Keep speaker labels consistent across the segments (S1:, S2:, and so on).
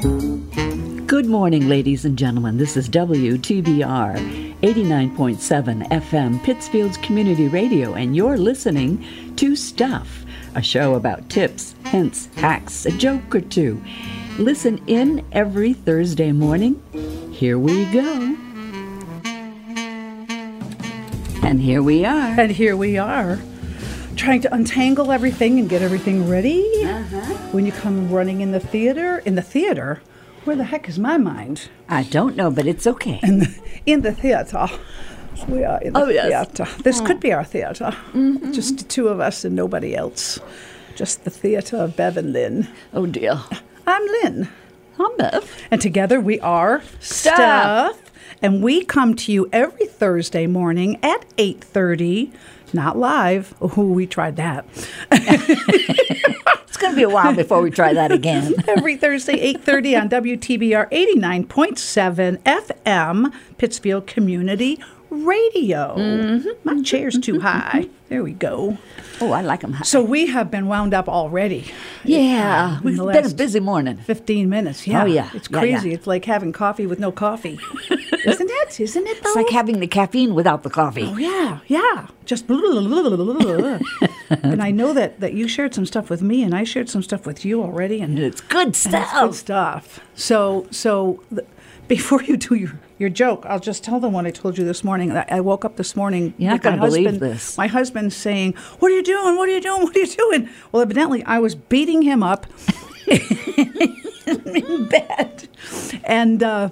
S1: Good morning, ladies and gentlemen. This is WTBR 89.7 FM, Pittsfield's Community Radio, and you're listening to Stuff, a show about tips, hints, hacks, a joke or two. Listen in every Thursday morning. Here we go. And here we are.
S2: And here we are, trying to untangle everything and get everything ready.
S1: Uh-huh.
S2: When you come running in the theater, in the theater, where the heck is my mind?
S1: I don't know, but it's okay.
S2: In the, in the theater. We are in the
S1: Oh, yes. Mm-hmm.
S2: theater. This could be our theater. Just the two of us and nobody else. Just the theater of Bev and Lynn.
S1: Oh dear.
S2: I'm Lynn.
S1: I'm Bev.
S2: And together we are
S1: Stuff.
S2: And we come to you every Thursday morning at 8:30, not live. Oh, we tried that.
S1: It's going to be a while before we try that again.
S2: every Thursday 8:30 on WTBR 89.7 FM, Pittsfield Community Radio.
S1: Mm-hmm.
S2: My chair's too high. There we go.
S1: Oh, I like them.
S2: So we have been wound up already.
S1: Yeah,
S2: in
S1: we've
S2: the
S1: been a
S2: last-
S1: busy morning.
S2: 15 minutes. Yeah.
S1: Oh, yeah.
S2: It's
S1: Yeah, yeah.
S2: crazy. It's like having coffee with no coffee. Isn't it? Isn't it though?
S1: It's like having the caffeine without the coffee.
S2: Oh yeah, yeah. Just blah, blah, blah, blah, blah, blah, blah. and I know that that you shared some stuff with me, and I shared some stuff with you already, and
S1: And it's good
S2: it's good
S1: stuff.
S2: stuff. So so th- before you do your your joke, I'll just tell them what I told you this morning. I, I woke up this morning.
S1: You're not
S2: with my
S1: gonna believe
S2: husband-
S1: this.
S2: My husband's saying, "What are you doing? What are you doing? What are you doing?" Well, evidently, I was beating him up in bed, and. Uh,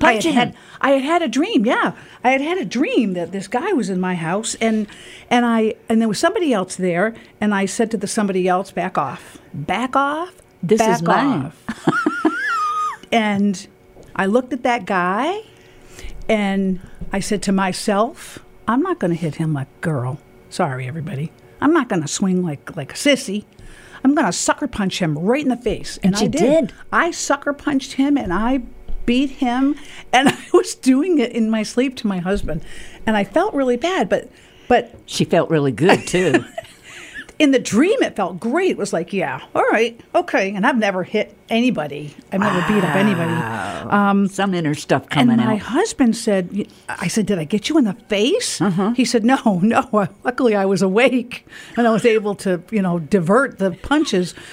S2: I had,
S1: Punching
S2: had
S1: him.
S2: I had had a dream. Yeah, I had had a dream that this guy was in my house, and and I and there was somebody else there, and I said to the somebody else, "Back off, back off,
S1: This
S2: back
S1: is mine."
S2: off." and I looked at that guy, and I said to myself, "I'm not going to hit him like a girl. Sorry, everybody. I'm not going to swing like like a sissy." I'm gonna sucker punch him right in the face, and,
S1: you
S2: I
S1: did.
S2: I sucker punched him and I beat him and I was doing it in my sleep to my husband and I felt really bad but but
S1: She felt really good too.
S2: in the dream it felt great it was like yeah all right okay and I've never hit anybody I've never beat up anybody
S1: Some inner stuff
S2: and
S1: coming
S2: my
S1: out.
S2: husband said y- I said did I get you in the face
S1: Uh-huh.
S2: he said no no I- luckily I was awake and I was able to you know divert the punches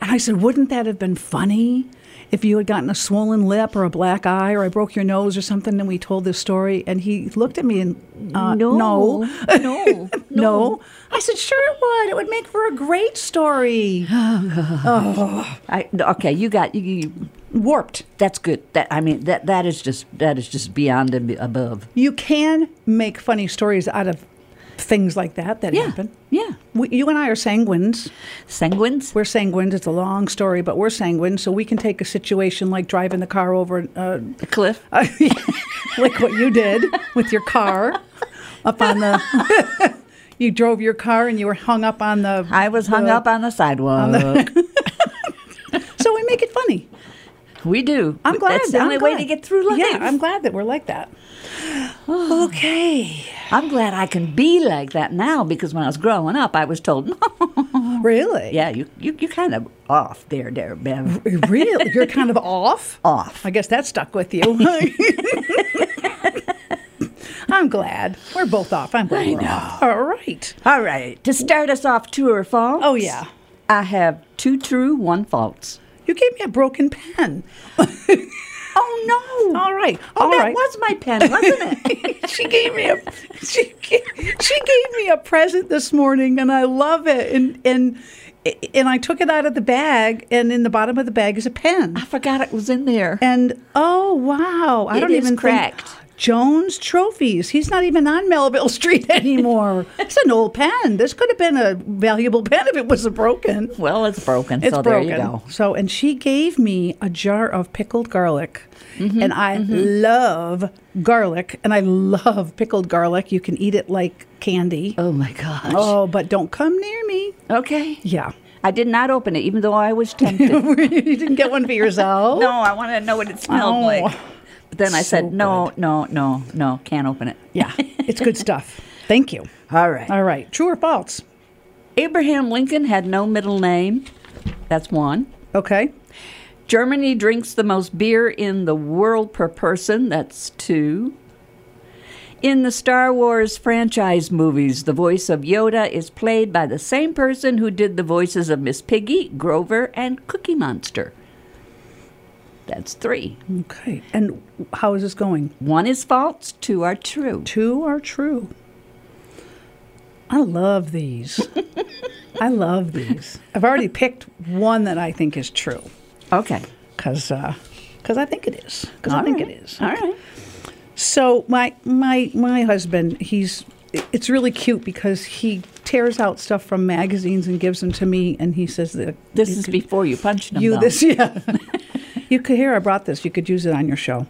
S2: And I said, wouldn't that have been funny if you had gotten a swollen lip or a black eye or I broke your nose or something? And we told this story. And he looked at me and uh,
S1: No,
S2: no,
S1: no,
S2: no, I said, sure it would. It would make for a great story.
S1: I, okay, you got you, you.
S2: Warped.
S1: That's good. That I mean that that is just that is just beyond and be- above.
S2: You can make funny stories out of things like that that
S1: Yeah,
S2: happen.
S1: yeah.
S2: We, you and I are sanguines.
S1: Sanguines.
S2: We're sanguines. It's a long story, but we're sanguine, so we can take a situation like driving the car over uh,
S1: A cliff.
S2: like what you did with your car up on the. you drove your car and you were hung up on the.
S1: I was hung
S2: the-
S1: up on the sidewalk.
S2: So we make it funny.
S1: we do.
S2: I'm glad.
S1: That's the
S2: I'm
S1: only way
S2: glad.
S1: to get through life.
S2: Yeah, I'm glad that we're like that. Okay.
S1: I'm glad I can be like that now because when I was growing up, I was told,
S2: Really?
S1: "Yeah, you you you kind of off there, there, Bev."
S2: Really? You're kind of off?
S1: Off.
S2: I guess that stuck with you. I'm glad. We're both off. I'm glad. we're off. All right.
S1: All right. To start us off, true or false?
S2: Oh, yeah.
S1: I have two true, one false.
S2: You gave me a broken pen.
S1: Oh no!
S2: All right.
S1: Oh,
S2: All
S1: that
S2: right.
S1: was my pen, wasn't it?
S2: she gave me a she, ga- she gave me a present this morning and I love it and and and I took it out of the bag and in the bottom of the bag is a pen
S1: I forgot it was in there.
S2: and oh wow I
S1: It
S2: don't
S1: is
S2: even think-
S1: cracked.
S2: Jones trophies. He's not even on Melville Street anymore. it's an old pen. This could have been a valuable pen if it wasn't broken.
S1: Well, it's broken,
S2: It's
S1: so
S2: broken.
S1: there you go.
S2: So, and she gave me a jar of pickled garlic,
S1: Mm-hmm,
S2: and I love garlic, and I love pickled garlic. You can eat it like candy.
S1: Oh my gosh.
S2: Oh, but don't come near me.
S1: Okay.
S2: Yeah,
S1: I did not open it, even though I was tempted.
S2: you didn't get one for yourself.
S1: no, I wanted to know what it smelled
S2: Oh.
S1: like. then I
S2: So
S1: said, no, no, no, no, can't open it.
S2: Yeah, it's good stuff. Thank you.
S1: All right.
S2: All right, true or false?
S1: Abraham Lincoln had no middle name. That's one.
S2: Okay.
S1: Germany drinks the most beer in the world per person. That's two. In the Star Wars franchise movies, the voice of Yoda is played by the same person who did the voices of Miss Piggy, Grover, and Cookie Monster. That's three.
S2: Okay. And how is this going?
S1: One is false, two are true.
S2: Two are true. I love these. I love these. I've already picked one that I think is true
S1: Okay.
S2: because because I think it is because I
S1: All
S2: think
S1: right.
S2: it is.
S1: All right.
S2: So my my my husband, he's it's really cute because he tears out stuff from magazines and gives them to me, and he says that
S1: This
S2: you
S1: is
S2: could-
S1: before you punched him.
S2: you
S1: though.
S2: this yeah. you could here I brought this. You could use it on your show.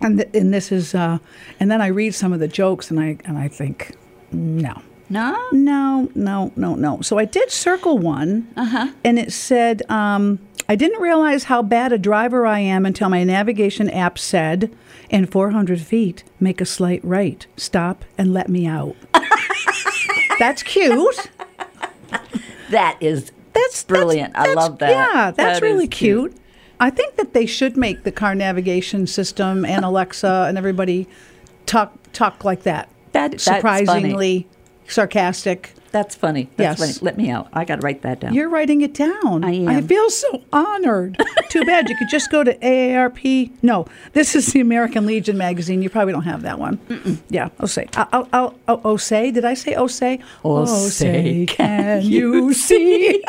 S2: And th- and this is uh, and then I read some of the jokes and I and I think no.
S1: No?
S2: No, no, no, no. So I did circle one, and it said, um, I didn't realize how bad a driver I am until my navigation app said, in 400 feet, make a slight right, stop, and let me out. That's cute.
S1: That is
S2: That's that's-
S1: brilliant. I
S2: that's-
S1: love that.
S2: Yeah, that's
S1: That
S2: really
S1: is cute.
S2: cute. I think that they should make the car navigation system and Alexa and everybody talk talk like that.
S1: That- that's funny.
S2: surprisingly sarcastic.
S1: That's funny. That's
S2: Yes.
S1: funny. Let me out. I got to write that down.
S2: You're writing it down.
S1: I am.
S2: I feel so honored. Too bad you could just go to AARP. No, this is the American Legion magazine. You probably don't have that one. Yeah, Osei. I'll, I'll, I'll, oh, say, did I say Osei?
S1: Oh, say,
S2: say, can you see?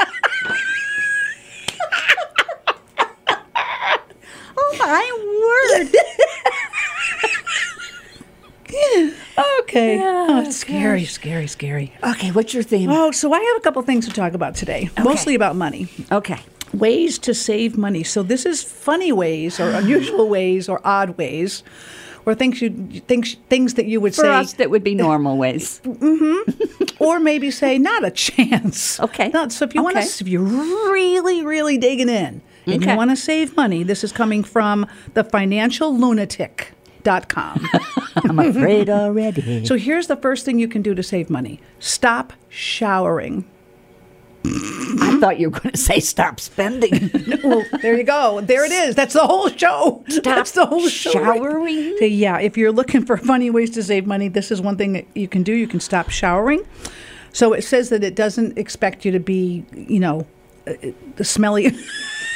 S1: oh, my word.
S2: okay.
S1: Yeah,
S2: oh, it's scary, scary, scary.
S1: okay, what's your theme?
S2: Oh, so I have a couple things to talk about today, mostly about money.
S1: Okay.
S2: ways to save money. So this is funny ways or unusual ways or odd ways or things you things things that you would
S1: For
S2: say
S1: us, that would be normal ways.
S2: or maybe say not a chance.
S1: Okay.
S2: No, so if you want
S1: Okay.
S2: to if you're really really digging in and
S1: Okay.
S2: you want to save money, this is coming from the financiallunatic.com.
S1: I'm afraid already.
S2: so here's the first thing you can do to save money. Stop showering.
S1: I thought you were going to say stop spending.
S2: well, there you go. There it is. That's the whole show. That's the whole show. right there.
S1: showering.
S2: So, yeah, if you're looking for funny ways to save money, this is one thing that you can do. You can stop showering. So it says that it doesn't expect you to be, you know, uh, uh, smelly.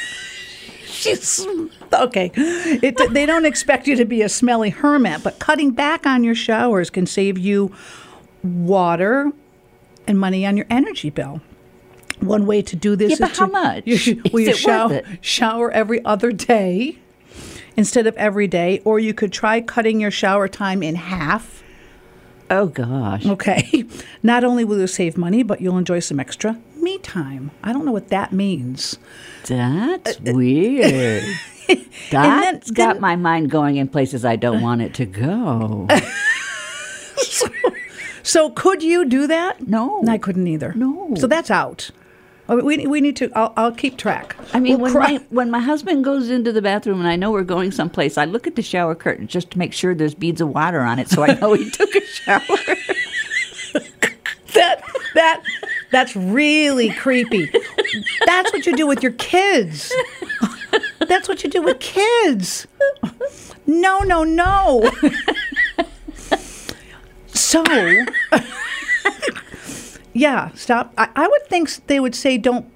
S2: She's okay. It, they don't expect you to be a smelly hermit, but cutting back on your showers can save you water and money on your energy bill. One way to do this
S1: Yeah,
S2: is
S1: but
S2: to
S1: how much?
S2: You should, well,
S1: Is
S2: you
S1: it worth
S2: shower,
S1: it?
S2: shower every other day instead of every day, or you could try cutting your shower time in half.
S1: Oh, gosh.
S2: Okay. Not only will you save money, but you'll enjoy some extra me time. I don't know what that means.
S1: That's weird. That's got
S2: Uh, then-
S1: my mind going in places I don't want it to go.
S2: So could you do that?
S1: No.
S2: I couldn't either.
S1: No.
S2: So that's out. Oh, We, we need to, I'll, I'll keep track.
S1: I mean,
S2: We'll
S1: when,
S2: cry-
S1: my, when my husband goes into the bathroom and I know we're going someplace, I look at the shower curtain just to make sure there's beads of water on it so I know he took a shower.
S2: that, that, that's really creepy. That's what you do with your kids. That's what you do with kids. No, no, no. So, yeah, stop. I, I would think s- they would say don't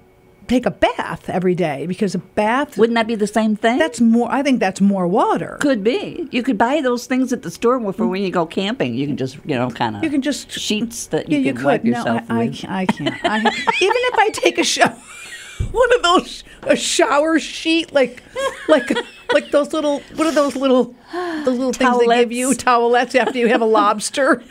S2: take a bath every day because a bath,
S1: Wouldn't that be the same thing?
S2: that's more, I think that's more water.
S1: Could be. You could buy those things at the store for when you go camping. You can just, you know, kind of.
S2: You can just
S1: sheets that
S2: Yeah,
S1: you,
S2: you
S1: can
S2: could.
S1: wipe yourself
S2: no, I, I,
S1: with.
S2: can't- I can't. I, even if I take a shower, one of those a shower sheet like like like those little what are those little those little things they give you towelettes after you have a lobster.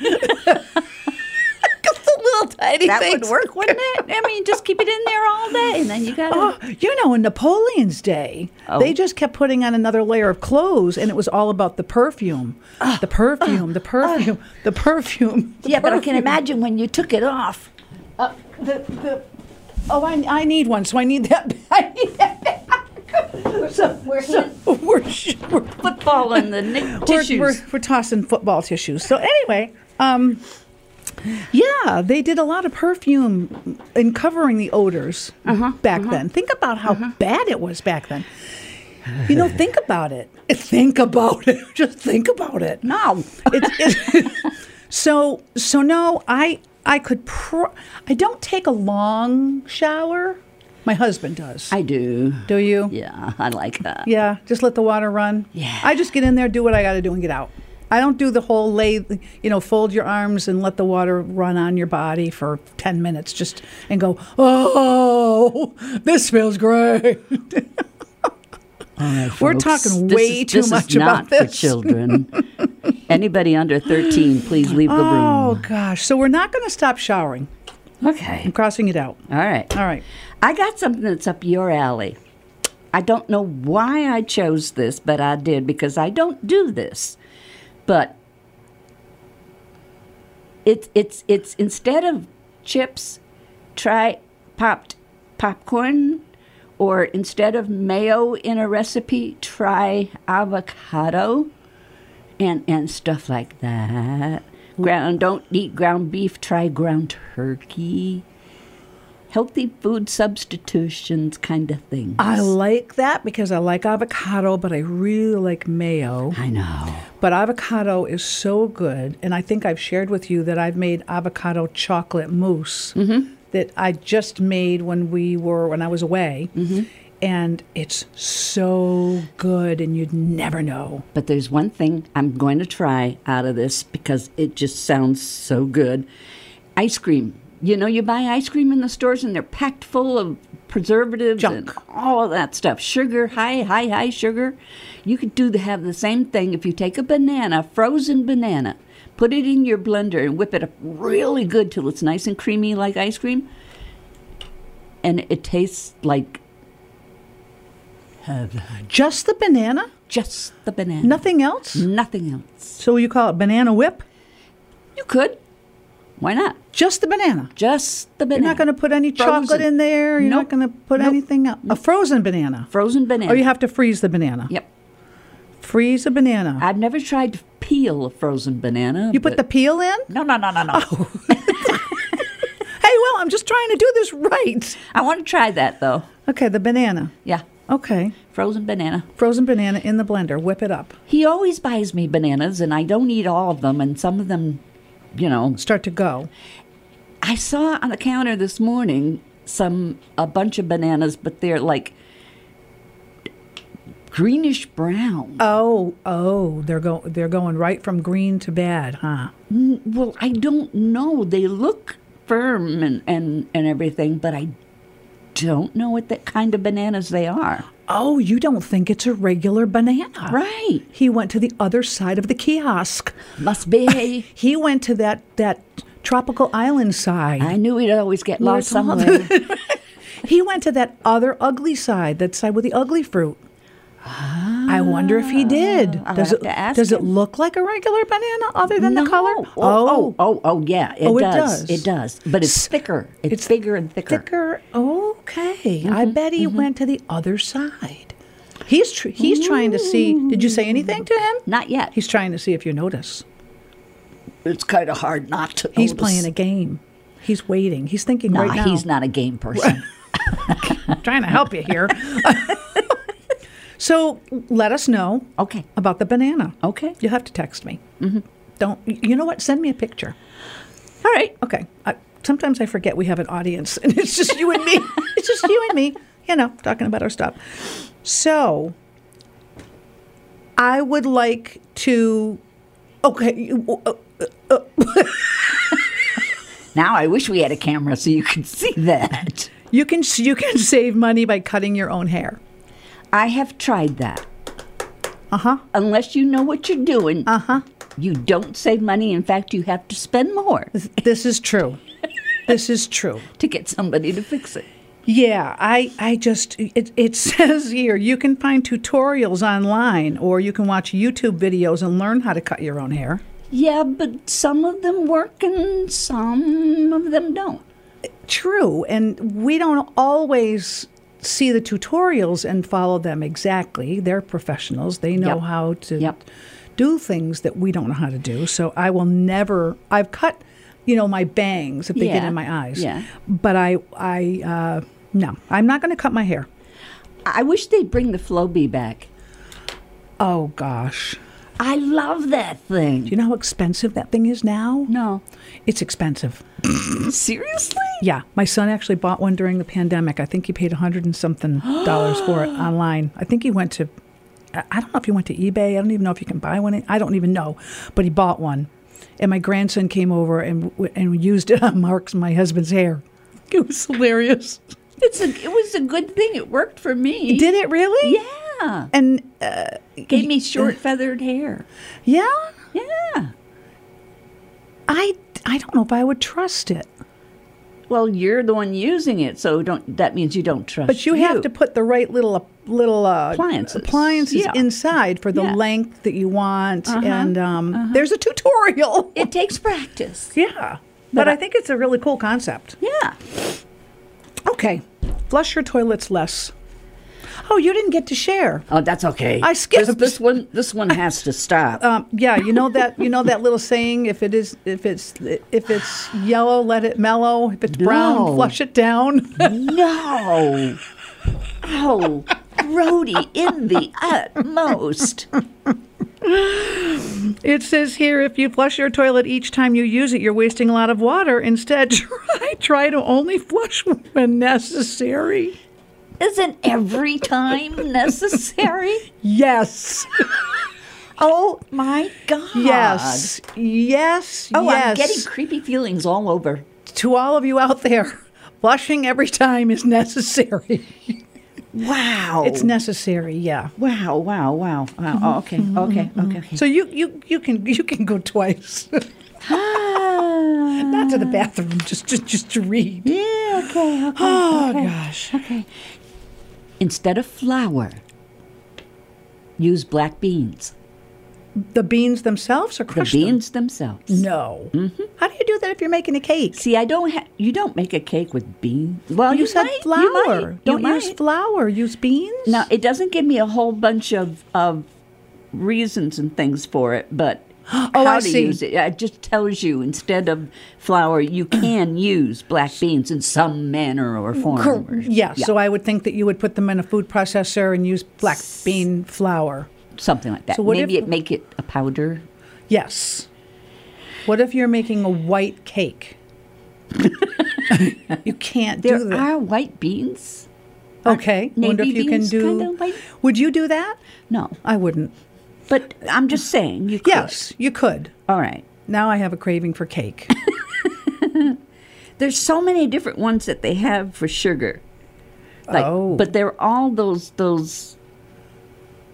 S2: the little tiny
S1: that
S2: things.
S1: would work, wouldn't it? I mean, just keep it in there all day, and then you got.
S2: Oh, you know, in Napoleon's day,
S1: Oh.
S2: they just kept putting on another layer of clothes, and it was all about the perfume, the perfume, the perfume, the perfume. the
S1: Ah. yeah, but I can
S2: perfume.
S1: imagine when you took it off.
S2: Uh, the, the, oh, I, I need one, so I need that. I need that. So,
S3: We're
S2: so we're, sh- we're,
S3: football and the ni-
S2: we're,
S3: tissues.
S2: we're, we're tossing football tissues. So anyway, um, yeah, they did a lot of perfume in covering the odors
S3: Uh-huh,
S2: back then. Think about how bad it was back then. You know, think about it. Think about it. Just think about it.
S1: No.
S2: It's it, so so no, I I could pro- I don't take a long shower. My husband does.
S1: I do.
S2: do you?
S1: Yeah, I like that.
S2: Yeah, just let the water run.
S1: Yeah.
S2: I just get in there, do what I got to do, and get out. I don't do the whole lay, you know, fold your arms and let the water run on your body for 10 minutes just and go, oh, this feels great. We're
S1: Folks,
S2: talking
S1: this
S2: way
S1: is-
S2: too
S1: this
S2: much
S1: is
S2: about
S1: not
S2: this.
S1: for children. Anybody under 13, please leave the
S2: Oh, gosh. So we're not going to stop showering.
S1: room. Okay.
S2: I'm crossing it out.
S1: All right.
S2: All right.
S1: I got something that's up your alley. I don't know why I chose this, but I did because I don't do this. But it's it's it's instead of chips, try popped popcorn, or instead of mayo in a recipe, try avocado, and and stuff like that. Ground don't eat ground beef, try ground turkey. Healthy food substitutions kind of thing.
S2: I like that because I like avocado, but I really like mayo.
S1: I know.
S2: But avocado is so good, and I think I've shared with you that I've made avocado chocolate mousse that I just made when we were when I was away, and it's so good, and you'd never know.
S1: But there's one thing I'm going to try out of this because it just sounds so good. Ice cream. You know, you buy ice cream in the stores and they're packed full of preservatives and
S2: Junk.
S1: all of that stuff. Sugar, high, high, high sugar. You could do the, have the same thing if you take a banana, frozen banana, put it in your blender and whip it up really good till it's nice and creamy like ice cream. And it tastes like
S2: Just the banana,
S1: just the banana.
S2: nothing else.
S1: Nothing else.
S2: So you call it banana whip?
S1: You could. Why not?
S2: Just the banana.
S1: Just the banana.
S2: You're not going to put any chocolate
S1: Frozen.
S2: in there. You're not
S1: Nope.
S2: going to put
S1: Nope.
S2: anything else. A frozen banana.
S1: Frozen banana.
S2: Oh, you have to freeze the banana.
S1: Yep.
S2: Freeze a banana.
S1: I've never tried to peel a frozen banana.
S2: You put the Oh.
S1: but-
S2: peel in?
S1: No, no, no, no, no.
S2: Hey, well, I'm just trying to do this right.
S1: I want to try that though.
S2: Okay, the banana.
S1: Yeah.
S2: Okay.
S1: Frozen banana.
S2: Frozen banana in the blender. Whip it up.
S1: He always buys me bananas and I don't eat all of them and some of them, you know,
S2: Start to go.
S1: I saw on the counter this morning some a bunch of bananas but they're like greenish brown.
S2: Oh, oh, they're go they're going right from green to bad, huh?
S1: Well, I don't know. They look firm and, and, and everything, but I don't know what that kind of bananas they are.
S2: Oh, you don't think it's a regular banana.
S1: Right.
S2: He went to the other side of the kiosk.
S1: Must be.
S2: He went to that that tropical island side.
S1: I knew we'd always get lost
S2: it's all-
S1: somewhere.
S2: He went to that other ugly side, that side with the ugly fruit. I wonder if he did.
S1: Ah. I'll
S2: does
S1: have
S2: it
S1: to ask
S2: does it
S1: him.
S2: look like a regular banana other than
S1: No.
S2: the color?
S1: Oh, oh, oh, oh, yeah. It
S2: Oh, it
S1: does.
S2: does.
S1: It does. But it's
S2: S-
S1: thicker. It's,
S2: it's
S1: bigger and thicker. Mm-hmm,
S2: thicker. Okay, I bet he went to the other side. He's tr- he's trying to see. Did you say anything to him?
S1: Not yet.
S2: He's trying to see if you notice.
S1: Oh, it's kind of hard not to.
S2: He's
S1: notice.
S2: playing a game. He's waiting. He's thinking
S1: Nah,
S2: right now.
S1: he's not a game person.
S2: trying to help you here. so let us know
S1: okay.
S2: about the banana.
S1: Okay.
S2: You'll have to text me. Mm-hmm. Don't you know what? Send me a picture.
S1: All right.
S2: Okay. I, sometimes I forget we have an audience, and it's just you and me. it's just you and me. You know, talking about our stuff. So, I would like to. Okay. you- uh,
S1: Now I wish we had a camera so you could see that.
S2: You can you can save money by cutting your own hair.
S1: I have tried that.
S2: Uh huh.
S1: Unless you know what you're doing,
S2: Uh huh.
S1: you don't save money. In fact, you have to spend more
S2: This is true. This is true.
S1: to get somebody to fix it.
S2: Yeah, I, I just, it, it says here you can find tutorials online or you can watch YouTube videos and learn how to cut your own hair.
S1: Yeah, but some of them work and some of them don't.
S2: True, and we don't always see the tutorials and follow them exactly. They're professionals. They know
S1: Yep.
S2: how to
S1: Yep.
S2: do things that we don't know how to do. So I will never. I've cut, you know, my bangs if they get
S1: Yeah.
S2: in my eyes.
S1: Yeah.
S2: But I, I, uh, no, I'm not going to cut my hair.
S1: I wish they'd bring the Flowbee back.
S2: Oh gosh,
S1: I love that thing.
S2: do you know how expensive that thing is now?
S1: no.
S2: It's expensive.
S1: Seriously?
S2: Yeah, my son actually bought one during the pandemic. I think he paid a hundred and something dollars for it online. I think he went to, I I don't know if he went to eBay. I don't even know if you can buy one. I don't even know, but he bought one, and my grandson came over and w- and used it on Mark's my husband's hair. It was hilarious.
S1: It's a, it was a good thing. It worked for me.
S2: Did it really?
S1: Yeah.
S2: And uh,
S1: Gave me short feathered hair.
S2: yeah,
S1: Yeah.
S2: I I don't know if I would trust it.
S1: Well, you're the one using it, so don't. That means you don't trust.
S2: But you have to put the right little little uh,
S1: Appliances.
S2: appliances
S1: Yeah.
S2: inside for the
S1: Yeah.
S2: length that you want, and um, there's a tutorial.
S1: It takes practice.
S2: yeah,
S1: But
S2: but
S1: I-
S2: I think it's a really cool concept.
S1: Yeah.
S2: Okay, flush your toilets less. Oh, you didn't get to share.
S1: Oh, that's okay.
S2: I skipped.
S1: this, this one. This one has to stop.
S2: Um, yeah, you know that you know that little saying: if it is if it's if it's yellow, let it mellow. If it's
S1: No.
S2: brown, flush it down.
S1: no. Oh, Brody in the utmost.
S2: It says here if you flush your toilet each time you use it, you're wasting a lot of water. Instead, try try to only flush when necessary.
S1: Isn't every time necessary?
S2: Yes.
S1: Oh my God.
S2: Yes. Yes.
S1: Oh,
S2: yes.
S1: I'm getting creepy feelings all over.
S2: to all of you out there, flushing every time is necessary.
S1: Wow.
S2: It's necessary, yeah.
S1: Wow, wow, wow, wow. Oh, okay, okay, okay.
S2: So you, you, you can you can go twice.
S1: Ah,
S2: Not to the bathroom, just just, just to read.
S1: yeah, okay, okay.
S2: Oh
S1: okay,
S2: gosh.
S1: Okay. Instead of flour, use black beans.
S2: The beans themselves are
S1: The
S2: crushed.
S1: beans Mm-hmm. themselves.
S2: No. How do you do that if you're making a cake?
S1: See, I don't ha- you don't make a cake with beans. Well, you,
S2: you said
S1: might, you
S2: flour.
S1: might, you
S2: Don't use
S1: might.
S2: flour. Use beans.
S1: Now, it doesn't give me a whole bunch of of reasons and things for it, but how
S2: Oh, I
S1: to
S2: see.
S1: use it. It just tells you instead of flour, you can use black beans in some manner or form.
S2: Cor-
S1: or-
S2: yeah, So I would think that you would put them in a food processor and use black bean flour.
S1: something like that.
S2: So what
S1: Maybe
S2: if-
S1: it make it a powder.
S2: Yes. What if you're making a white cake? you can't
S1: There
S2: do that.
S1: are white beans.
S2: okay. Wonder if
S1: navy
S2: you can
S1: beans
S2: do.
S1: kinda white?
S2: Would you do that?
S1: No,
S2: I wouldn't.
S1: but I'm just saying you. Could.
S2: Yes, you could.
S1: All right.
S2: Now I have a craving for cake.
S1: There's so many different ones that they have for sugar. Like,
S2: Oh.
S1: But they're all those those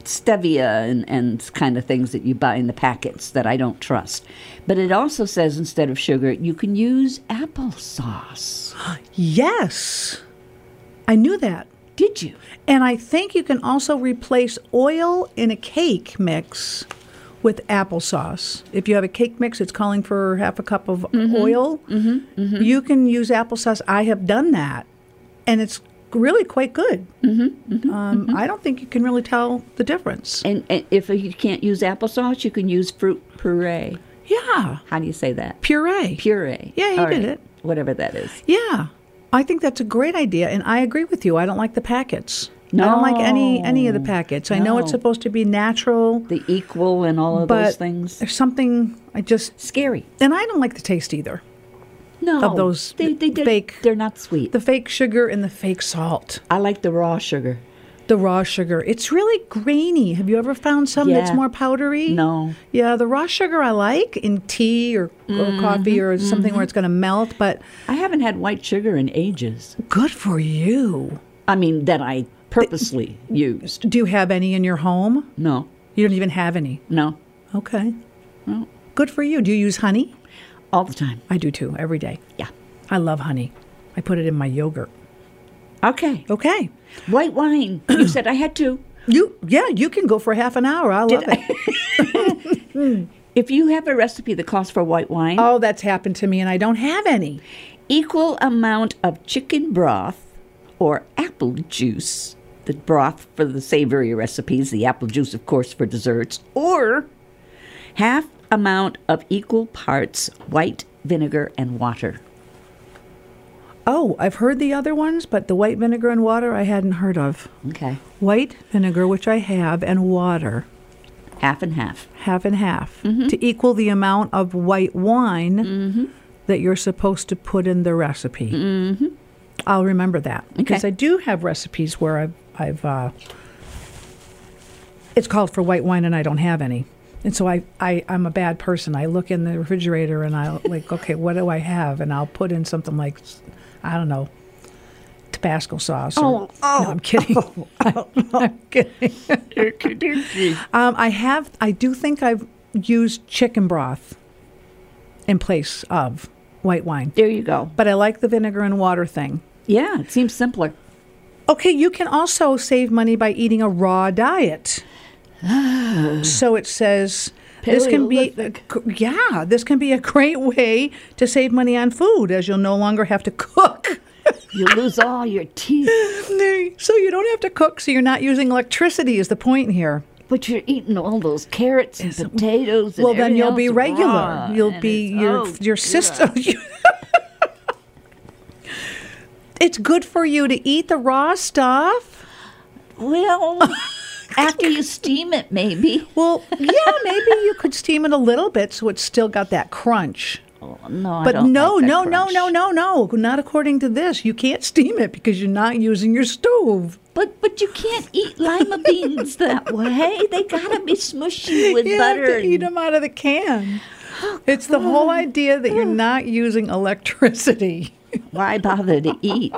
S1: stevia and, and kind of things that you buy in the packets that I don't trust. But it also says instead of sugar, you can use applesauce.
S2: yes. I knew that.
S1: Did you?
S2: And I think you can also replace oil in a cake mix with applesauce. If you have a cake mix, it's calling for half a cup of
S1: Mm-hmm.
S2: oil. You can use applesauce. I have done that, and it's really quite good.
S1: Mm-hmm.
S2: um, I don't think you can really tell the difference.
S1: And, and if you can't use applesauce, you can use fruit puree.
S2: Yeah,
S1: How do you say that?
S2: puree.
S1: Puree.
S2: Yeah, you
S1: All
S2: did
S1: right.
S2: it.
S1: Whatever that is.
S2: Yeah, I think that's a great idea, and I agree with you. I don't like the packets. I don't like any any of the
S1: No,
S2: packets. I know it's
S1: no.
S2: supposed to be natural.
S1: The equal and all of
S2: but
S1: those things.
S2: There's something I just
S1: Scary.
S2: and I don't like the taste either.
S1: No.
S2: Of those
S1: they, they, they're,
S2: fake-
S1: They're not sweet.
S2: The fake sugar and the fake salt,
S1: I like the raw sugar.
S2: the raw sugar. It's really grainy. Have you ever found some that's
S1: Yeah.
S2: more powdery?
S1: No.
S2: Yeah, the raw sugar I like in tea or,
S1: Mm-hmm.
S2: or coffee or something where it's going to melt, but
S1: I haven't had white sugar in ages.
S2: good for you.
S1: I mean, that I purposely used.
S2: Do you have any in your home?
S1: No,
S2: You don't even have any.
S1: no,
S2: Okay.
S1: no.
S2: Good for you. Do you use honey?
S1: All the time.
S2: I do too, every day.
S1: Yeah.
S2: I love honey. I put it in my yogurt.
S1: Okay.
S2: Okay.
S1: White wine. You said I had to.
S2: You yeah, you can go for half an hour. I love it.
S1: If you have a recipe that calls for white wine,
S2: Oh, that's happened to me, and I don't have any.
S1: equal amount of chicken broth or apple juice, the broth for the savory recipes, the apple juice, of course, for desserts, or half amount of equal parts white vinegar and water.
S2: Oh, I've heard the other ones, but the white vinegar and water I hadn't heard of.
S1: Okay.
S2: White vinegar, which I have, and water,
S1: Half and half.
S2: half and half, to equal the amount of white wine that you're supposed to put in the recipe. Mm-hmm. I'll remember that because
S1: Okay.
S2: I do have recipes where I've, I've uh, it's called for white wine and I don't have any. And so I, I, I'm a bad person. I look in the refrigerator and I'll like, okay, what do I have? And I'll put in something like, I don't know, Tabasco sauce. or, no, I'm kidding. I'm kidding. Um, I have, I do think I've used chicken broth in place of white wine,
S1: There you go.
S2: but I like the vinegar and water thing.
S1: Yeah, it seems simpler.
S2: Okay, you can also save money by eating a raw diet. so it says this can be yeah, this can be a great way to save money on food as you'll no longer have to cook.
S1: You lose all your teeth,
S2: so you don't have to cook, so you're not using electricity is the point here.
S1: but you're eating all those carrots and potatoes. And
S2: well, then
S1: everything
S2: you'll be
S1: else
S2: regular.
S1: raw,
S2: you'll
S1: and
S2: be
S1: it's-
S2: your
S1: oh,
S2: your system. it's good for you to eat the raw stuff.
S1: Well, after you steam it, maybe.
S2: Well, yeah, maybe you could steam it a little bit so it's still got that crunch.
S1: Oh, no, I
S2: But
S1: don't
S2: no,
S1: like that
S2: no, no,
S1: crunch.
S2: no, no, no. Not according to this. You can't steam it because you're not using your stove.
S1: But but you can't eat lima beans that way. They gotta be smushy with
S2: you
S1: butter.
S2: have to eat
S1: and-
S2: them out of the can. It's the whole idea that you're not using electricity.
S1: Why bother to eat?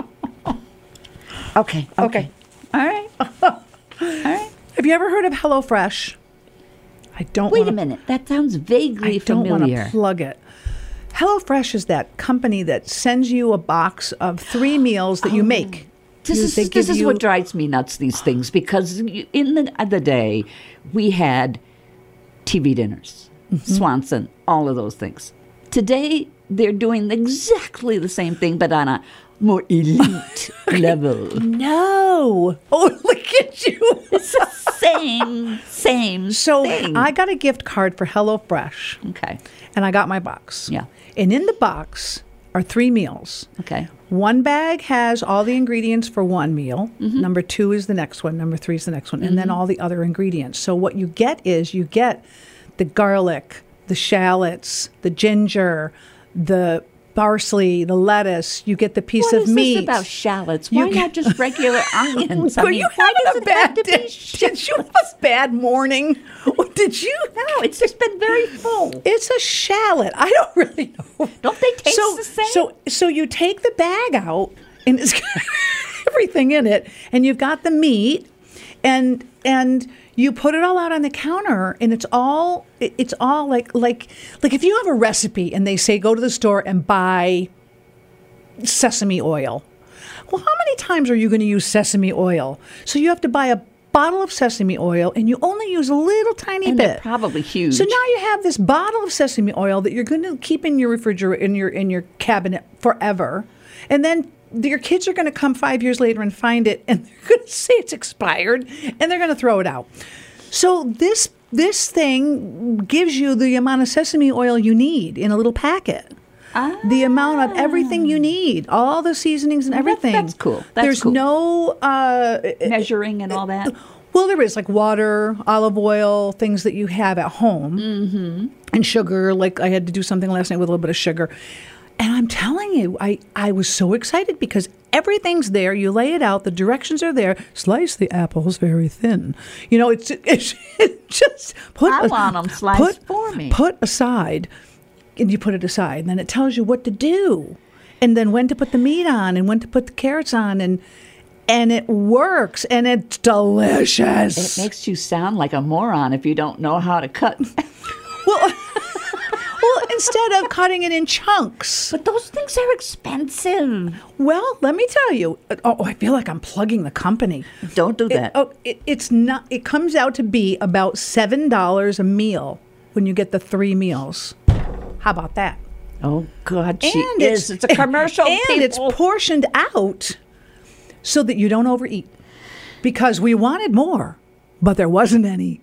S1: Okay. Okay. All right. All right.
S2: Have you ever heard of HelloFresh? I don't
S1: Wait
S2: wanna,
S1: a minute. That sounds vaguely
S2: I don't want
S1: familiar.
S2: to plug it. HelloFresh is that company that sends you a box of three meals
S1: Oh.
S2: that you make.
S1: This
S2: You-
S1: is
S2: they
S1: this
S2: give
S1: is
S2: you-
S1: what drives me nuts. These things because you- in the other day, we had TV dinners, Swanson, all of those things. Today they're doing exactly the same thing, but on a more elite level.
S2: No. Oh, look at you.
S1: It's the same, same
S2: So
S1: thing.
S2: I got a gift card for HelloFresh
S1: okay,
S2: and I got my box.
S1: Yeah.
S2: And in the box are three meals.
S1: okay.
S2: One bag has all the ingredients for one meal.
S1: Mm-hmm.
S2: Number two is the next one. Number three is the next one. And then all the other ingredients. So what you get is you get the garlic, the shallots, the ginger, the parsley, the lettuce. You get the piece
S1: What
S2: of
S1: is
S2: meat.
S1: this about shallots?
S2: You
S1: Why
S2: can-
S1: not just regular onions? I
S2: Were
S1: mean,
S2: you
S1: why does
S2: having a
S1: it have
S2: bad
S1: to
S2: day?
S1: be sh-
S2: Did you have a bad morning? Did you?
S1: No, it's just been very full.
S2: It's a shallot. I don't really know.
S1: Don't they taste
S2: so,
S1: the same?
S2: So, so you take the bag out, and it's got everything in it, and you've got the meat, and and you put it all out on the counter, and it's all it- it's all like like like if you have a recipe and they say go to the store and buy sesame oil. Well, how many times are you going to use sesame oil? So you have to buy a bottle of sesame oil, and you only use a little tiny
S1: And
S2: bit.
S1: they're probably huge.
S2: So now you have this bottle of sesame oil that you're going to keep in your refrigerator in your in your cabinet forever, and then your kids are going to come five years later and find it, and they're going to say it's expired, and they're going to throw it out. So this this thing gives you the amount of sesame oil you need in a little packet. The amount of everything you need, all the seasonings and everything.
S1: Ah. that's cool. That's
S2: There's
S1: cool.
S2: no uh,
S1: measuring and all that.
S2: well, there is like water, olive oil, things that you have at home, mm-hmm. and sugar. Like I had to do something last night with a little bit of sugar. And I'm telling you, I, I was so excited because everything's there. You lay it out, the directions are there. Slice the apples very thin. You know, it's, it's just put.
S1: I
S2: a-
S1: want 'em sliced for me.
S2: Put aside, and you put it aside, and then it tells you what to do, and then when to put the meat on, and when to put the carrots on, and and it works, and it's delicious.
S1: It makes you sound like a moron if you don't know how to cut.
S2: well, well, instead of cutting it in chunks.
S1: But those things are expensive.
S2: Well, let me tell you. Oh, I feel like I'm plugging the company.
S1: Don't do
S2: It,
S1: that.
S2: oh, it, it's not. It comes out to be about seven dollars a meal when you get the three meals. How about that?
S1: oh God, she is. It's, a commercial.
S2: and it's
S1: people.
S2: portioned out so that you don't overeat because we wanted more, but there wasn't any.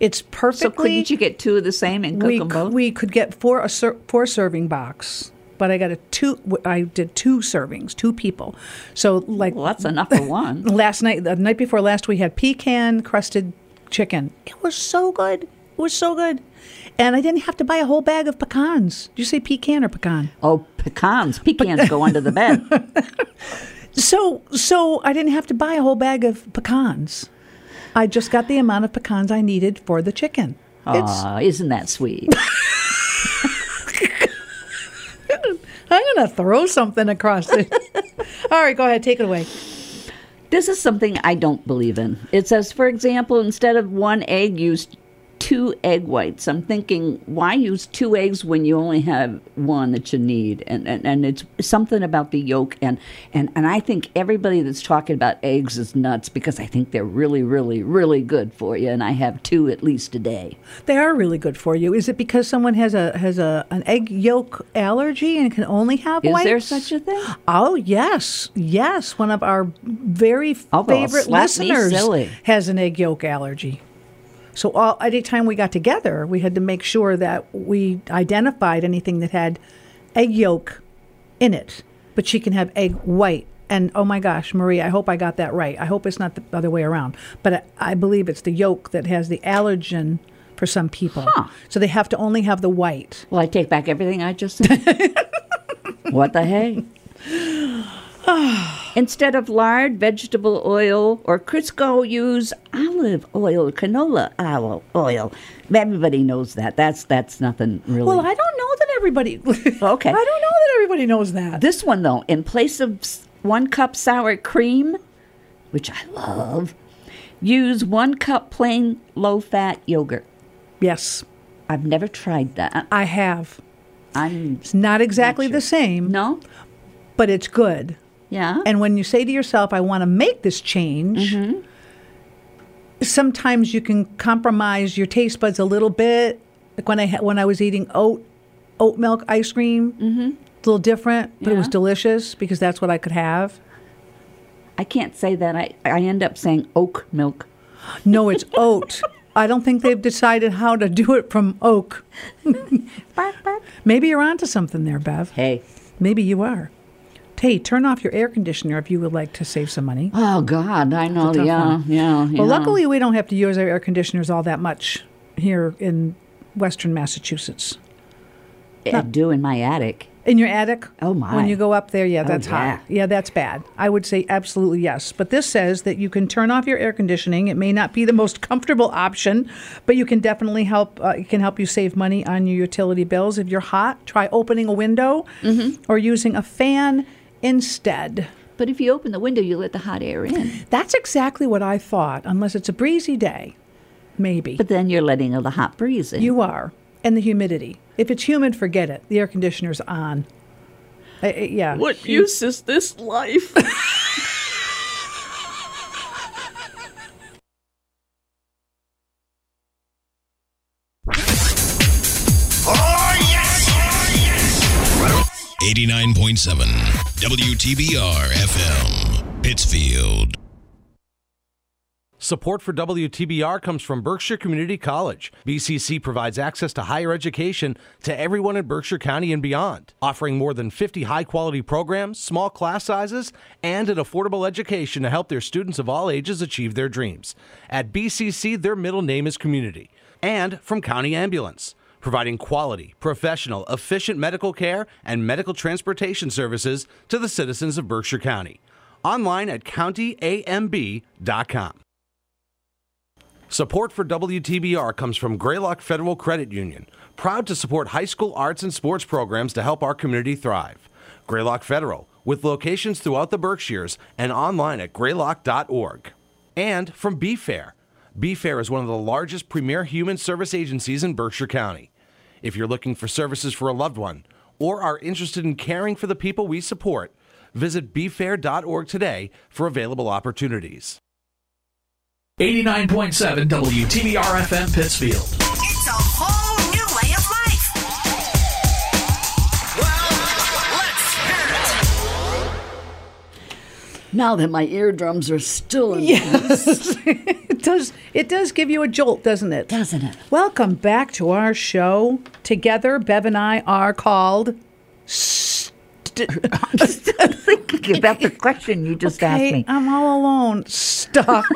S2: It's
S1: So
S2: perfectly.
S1: couldn't you get two of the same and cook
S2: we,
S1: them
S2: c-
S1: both?
S2: we could get four a ser- four serving box, but I got a two. w- I did two servings, two people. So like
S1: well, that's enough for one.
S2: last night, the night before last, we had pecan crusted chicken. It was so good. It was so good, and I didn't have to buy a whole bag of pecans. Did you say pecan or pecan?
S1: Oh, pecans. Pecans go under the bed.
S2: So so I didn't have to buy a whole bag of pecans. I just got the amount of pecans I needed for the chicken. It's
S1: Aw, isn't that sweet?
S2: I'm gonna throw something across it. All right, go ahead, take it away.
S1: This is something I don't believe in. It says, for example, instead of one egg, use two egg whites. I'm thinking, why use two eggs when you only have one that you need? And and, and it's something about the yolk. And, and, and I think everybody that's talking about eggs is nuts because I think they're really, really, really good for you. And I have two at least a day.
S2: They are really good for you. Is it because someone has a has a an egg yolk allergy and can only have
S1: Is
S2: whites?
S1: there such a thing?
S2: Oh yes, yes. One of our very
S1: I'll go
S2: favorite
S1: slap me
S2: listeners
S1: silly.
S2: has an egg yolk allergy. So all anytime we got together, we had to make sure that we identified anything that had egg yolk in it. But she can have egg white. And oh my gosh, Marie, I hope I got that right. I hope it's not the other way around. But I, I believe it's the yolk that has the allergen for some people.
S1: Huh.
S2: So they have to only have the white.
S1: Well, I take back everything I just said. what the hey? Instead of lard, vegetable oil, or Crisco, use olive oil, canola oil. oil. Everybody knows that. That's that's nothing really.
S2: Well, I don't know that everybody.
S1: Okay.
S2: I don't know that everybody knows that.
S1: this one though, in place of s- one cup sour cream, which I love, use one cup plain low-fat yogurt.
S2: Yes,
S1: I've never tried that.
S2: I have.
S1: I'm
S2: It's not exactly the same,
S1: no,
S2: but it's good.
S1: yeah.
S2: And when you say to yourself, I want to make this change,
S1: Mm-hmm.
S2: sometimes you can compromise your taste buds a little bit. Like when I ha- when I was eating oat oat milk ice cream, mm-hmm. a little different, but it was
S1: Yeah.
S2: delicious because that's what I could have.
S1: I can't say that. I, I end up saying oak milk.
S2: No, it's oat. I don't think they've decided how to do it from oak. Maybe you're onto something there, Bev.
S1: Hey.
S2: Maybe you are. Hey, turn off your air conditioner if you would like to save some money.
S1: Oh God, I know.
S2: tough
S1: Yeah,
S2: one.
S1: yeah, yeah.
S2: Well, luckily, we don't have to use our air conditioners all that much here in Western Massachusetts.
S1: I do in my attic.
S2: In your attic?
S1: Oh, my. Oh,
S2: When you go up there, yeah, that's
S1: yeah.
S2: hot. Yeah, that's bad. I would say absolutely yes. But this says that you can turn off your air conditioning. It may not be the most comfortable option, but you can definitely help. Uh, it can help you save money on your utility bills. If you're hot, try opening a window
S1: Mm-hmm.
S2: or using a fan instead.
S1: But if you open the window, you let the hot air in.
S2: That's exactly what I thought, unless it's a breezy day, maybe.
S1: But then you're letting the hot breeze in.
S2: You are. And the humidity. If it's humid, forget it. The air conditioner's on. I- I- yeah.
S1: what use is this life?
S3: Oh, yes!
S4: 89.7 WTBR FM, Pittsfield.
S5: Support for WTBR comes from Berkshire Community College. BCC provides access to higher education to everyone in Berkshire County and beyond, offering more than 50 high quality programs, small class sizes, and an affordable education to help their students of all ages achieve their dreams. At BCC, their middle name is Community. And from County Ambulance, providing quality, professional, efficient medical care and medical transportation services to the citizens of Berkshire County. Online at countyamb.com. Support for WTBR comes from Greylock Federal Credit Union, proud to support high school arts and sports programs to help our community thrive. Greylock Federal, with locations throughout the Berkshires and online at greylock.org. And from BeFair. BeFair is one of the largest premier human service agencies in Berkshire County. If you're looking for services for a loved one or are interested in caring for the people we support, visit befair.org today for available opportunities.
S6: 89.7 WTBR FM Pittsfield.
S3: It's a whole new way of life. Well, let's hear it.
S7: Now that my eardrums are still in
S2: Yes. it does it does give you a jolt, doesn't it?
S7: Doesn't it?
S2: Welcome back to our show. Together, Bev and I are called
S8: Thinking about the question you just asked
S2: Hey,
S8: me.
S2: I'm all alone. Stuck.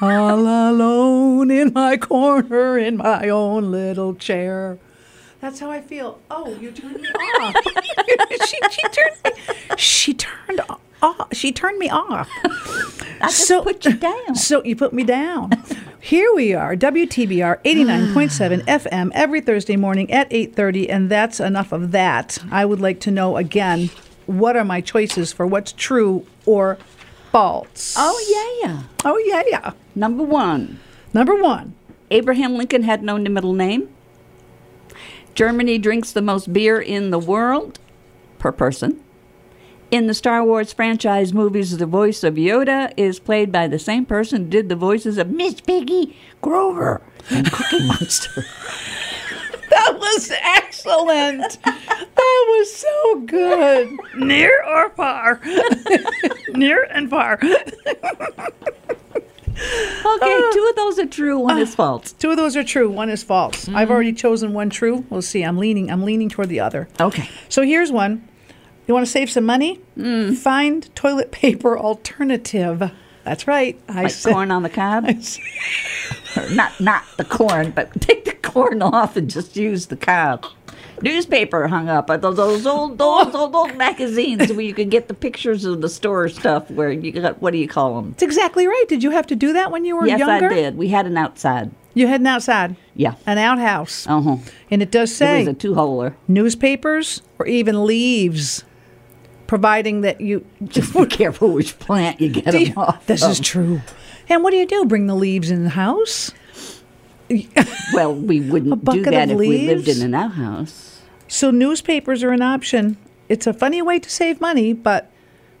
S2: all alone in my corner in my own little chair. That's how I feel. Oh, you turned me off. she, she turned me. She turned o- off. She turned me off. I
S8: just put you down.
S2: So you put me down. Here we are, WTBR 89.7 FM every Thursday morning at 8:30 and that's enough of that. I would like to know again, what are my choices for what's true or false?
S7: Oh, yeah, yeah.
S2: Oh yeah, yeah.
S7: Number one,
S2: Number 1.
S7: Abraham Lincoln had no middle name. Germany drinks the most beer in the world per person. In the Star Wars franchise movies, the voice of Yoda is played by the same person who did the voices of Miss Piggy, Grover, and Cookie Monster.
S2: That was excellent. that was so good. Near or far? Near and far.
S7: Okay,
S2: Uh,
S7: two of those are true, one is false.
S2: Two of those are true. One is false. I've
S7: Mm-hmm.
S2: already chosen one true. We'll see. I'm leaning. I'm leaning toward the other.
S7: Okay.
S2: So here's one. You want to save some money?
S7: Mm.
S2: Find toilet paper alternative. That's right. I
S7: Like
S2: said.
S7: corn on the cob.
S8: Not not the corn, but
S7: Take the corn off and just use the cob. Newspaper hung up are those those old those old old magazines where you could get the pictures of the store stuff where you got what do you call them?
S2: That's exactly right. Did you have to do that when you were
S7: Yes,
S2: younger?
S7: I did. We had an outside.
S2: You heading outside?
S7: Yeah.
S2: An outhouse.
S7: Uh huh.
S2: And it does
S7: It
S2: say
S7: was a two holer.
S2: newspapers or even leaves, providing that you
S8: just be careful which plant you get them off.
S2: This is true. And what do you do? Bring the leaves in the house?
S7: Well, we wouldn't do
S2: bucket
S7: that
S2: of
S7: if we lived
S2: leaves?
S7: in an outhouse.
S2: So newspapers are an option. It's a funny way to save money, but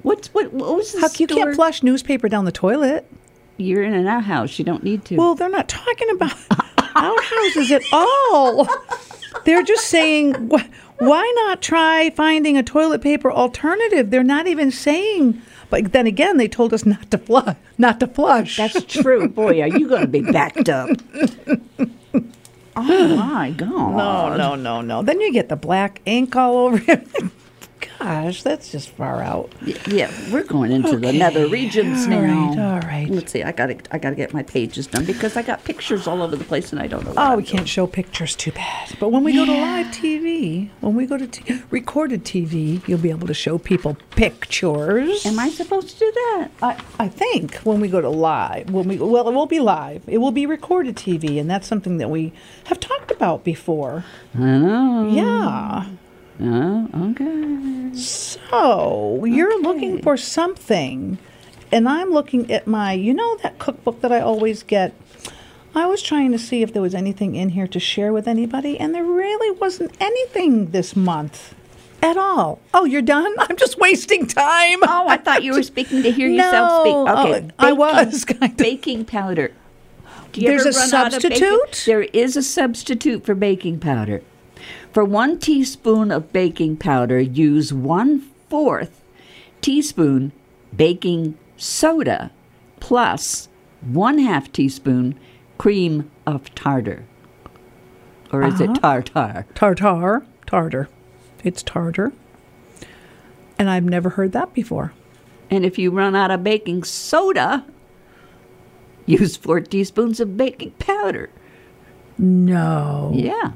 S7: What's what? What was the
S2: heck, you can't
S7: store?
S2: flush newspaper down the toilet.
S7: You're in an outhouse. You don't need to.
S2: Well, they're not talking about outhouses at all. They're just saying, wh- why not try finding a toilet paper alternative? They're not even saying. But then again, they told us not to flush. Not to flush.
S8: That's true. Boy, are you going to be backed up? oh my God!
S2: No, no, no, no. Then you get the black ink all over it. Gosh, that's just far out.
S8: Yeah, we're going into the nether regions now.
S2: right, all right.
S8: Let's see. I got to I got to get my pages done because I got pictures all over the place and I don't know. What
S2: Oh,
S8: I'm
S2: we can't show pictures. Too bad. But when we go to live TV, when we go to t- recorded TV, you'll be able to show people pictures.
S8: Am I supposed to do that?
S2: I, I think when we go to live, when we well, it won't be live. It will be recorded TV, and that's something that we have talked about before. I know. Yeah.
S8: Oh,
S2: Oh, okay. So you're looking for something, and I'm looking at my, you know, that cookbook that I always get. I was trying to see if there was anything in here to share with anybody, and there really wasn't anything this month at all. Oh, you're done? I'm just wasting time.
S8: Oh, I thought you were speaking to hear yourself
S2: No.
S8: speak. Okay,
S2: Oh, I was, kind of.
S8: baking powder. Do you
S2: There's
S8: ever
S2: a
S8: run out of baking-
S2: substitute?
S8: There is a substitute for baking powder. For one teaspoon of baking powder, use one fourth teaspoon baking soda plus one half teaspoon cream of tartar. Or is it
S2: Uh-huh.
S8: tartar?
S2: Tartar, tartar. It's tartar. And I've never heard that before.
S8: And if you run out of baking soda, use four teaspoons of baking powder.
S2: No.
S8: Yeah.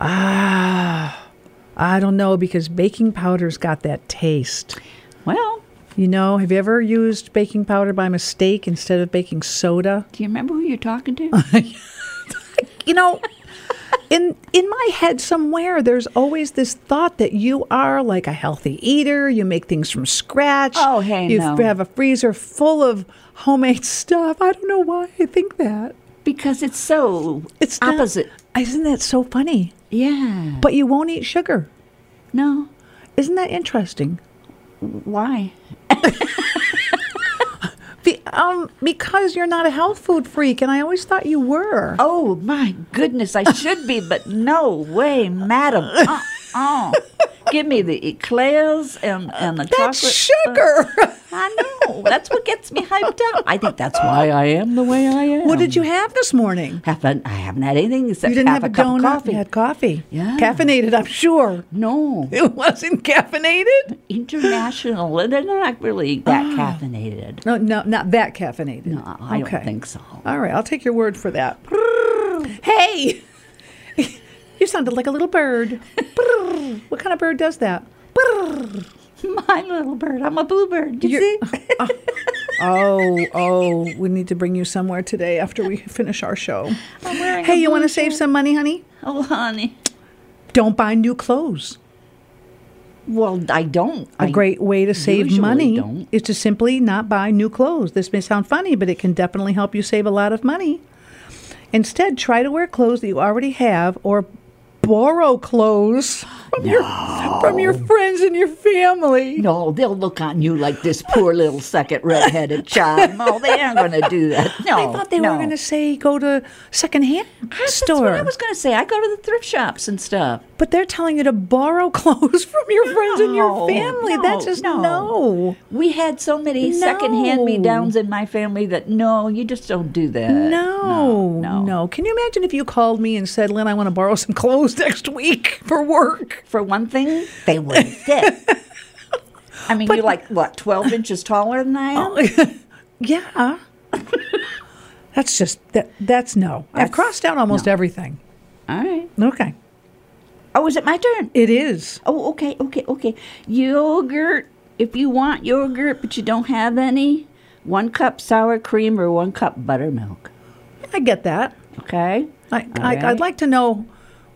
S2: I don't know because baking powder's got that taste.
S8: Well,
S2: You know, have you ever used baking powder by mistake instead of baking soda?
S8: do you remember who you're talking to?
S2: You know, in in my head somewhere there's always this thought that you are like a healthy eater, you make things from scratch.
S8: Oh, hey,
S2: you
S8: no.
S2: have a freezer full of homemade stuff. I don't know why I think that.
S8: because it's so
S2: It's not-
S8: opposite.
S2: isn't that so funny?
S8: yeah.
S2: But you won't eat sugar.
S8: No.
S2: Isn't that interesting?
S8: Why?
S2: Be, um, because you're not a health food freak, and I always thought you were.
S8: Oh my goodness, I should be, but no way, madam. Uh-uh.
S7: Give me the eclairs and, and the
S2: That's
S7: chocolate. uh,
S2: sugar.
S7: I know. That's what gets me hyped up. I think that's why I am the way I am.
S2: what did you have this morning?
S7: Haven't, I haven't had anything except
S2: You didn't
S7: half
S2: have a,
S7: cup
S2: donut.
S7: of coffee.
S2: You had coffee.
S7: Yeah.
S2: Caffeinated, I'm sure.
S7: no,
S2: It wasn't caffeinated.
S7: international. They're not really that caffeinated.
S2: No, no, not that caffeinated.
S7: No, I don't think so.
S2: All right, I'll take your word for that. hey, you sounded like a little bird. Brrr. what kind of bird does that?
S7: My little bird. I'm a bluebird. You see?
S2: Oh, oh, we need to bring you somewhere today after we finish our show.
S7: I'm wearing
S2: Hey,
S7: a
S2: you want to
S7: blue
S2: save
S7: shirt.
S2: some money, honey?
S7: Oh, honey.
S2: Don't buy new clothes.
S7: Well, I don't.
S2: A
S7: I-
S2: great way to save
S7: usually
S2: money
S7: don't.
S2: is to simply not buy new clothes. This may sound funny, but it can definitely help you save a lot of money. Instead, try to wear clothes that you already have or borrow clothes from, your, from your friends and your family.
S7: No, they'll look on you like this poor little second red-headed child. No, Oh, they aren't going to do that. No,
S2: I thought they
S7: no.
S2: were going to say go to secondhand
S7: That's
S2: store.
S7: what I was going to say. I go to the thrift shops and stuff.
S2: But they're telling you to borrow clothes from your friends and your
S7: No,
S2: family. That's
S7: no,
S2: just
S7: no.
S2: no.
S7: We had so many
S2: No.
S7: second hand-me-downs in my family that no, you just don't do that.
S2: No,
S7: no,
S2: Can you imagine if you called me and said, Lynn, I want to borrow some clothes next week for work?
S7: For one thing, they wouldn't fit. I mean, you're like what, twelve inches taller than I am?
S2: Yeah. that's just, that. that's no. I've
S7: That's-
S2: crossed out almost everything.
S7: All right.
S2: Okay.
S7: Oh, is it my turn?
S2: It is.
S7: Oh, okay, okay, okay. Yogurt, if you want yogurt but you don't have any, one cup sour cream or one cup buttermilk.
S2: I get that.
S7: Okay?
S2: I, I,
S7: right.
S2: I'd like to know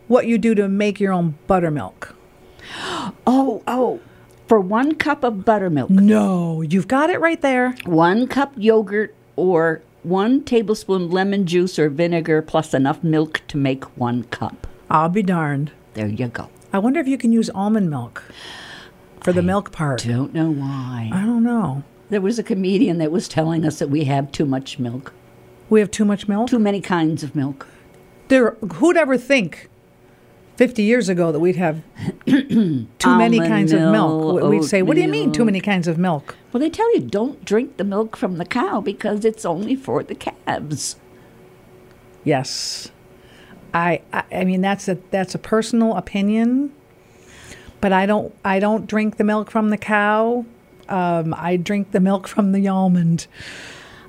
S2: what you do to make your own buttermilk.
S7: Oh, oh. For one cup of buttermilk,
S2: No, you've got it right there.
S7: one cup yogurt or one tablespoon lemon juice or vinegar plus enough milk to make one cup.
S2: I'll be darned.
S7: There you go.
S2: I wonder if you can use almond milk for the milk part.
S7: Don't know why.
S2: I don't know.
S7: There was a comedian that was telling us that we have too much milk,
S2: We have too much milk.
S7: too many kinds of milk.
S2: There, who'd ever think 50 years ago that we'd have too many
S7: Almond
S2: kinds of milk?
S7: milk,
S2: We- We'd say,
S7: oat
S2: what do you mean too many kinds of milk?
S7: Well, they tell you don't drink the milk from the cow because it's only for the calves.
S2: Yes. I, I, I mean, that's a, that's a personal opinion, but I don't, I don't drink the milk from the cow. Um, I drink the milk from the almond.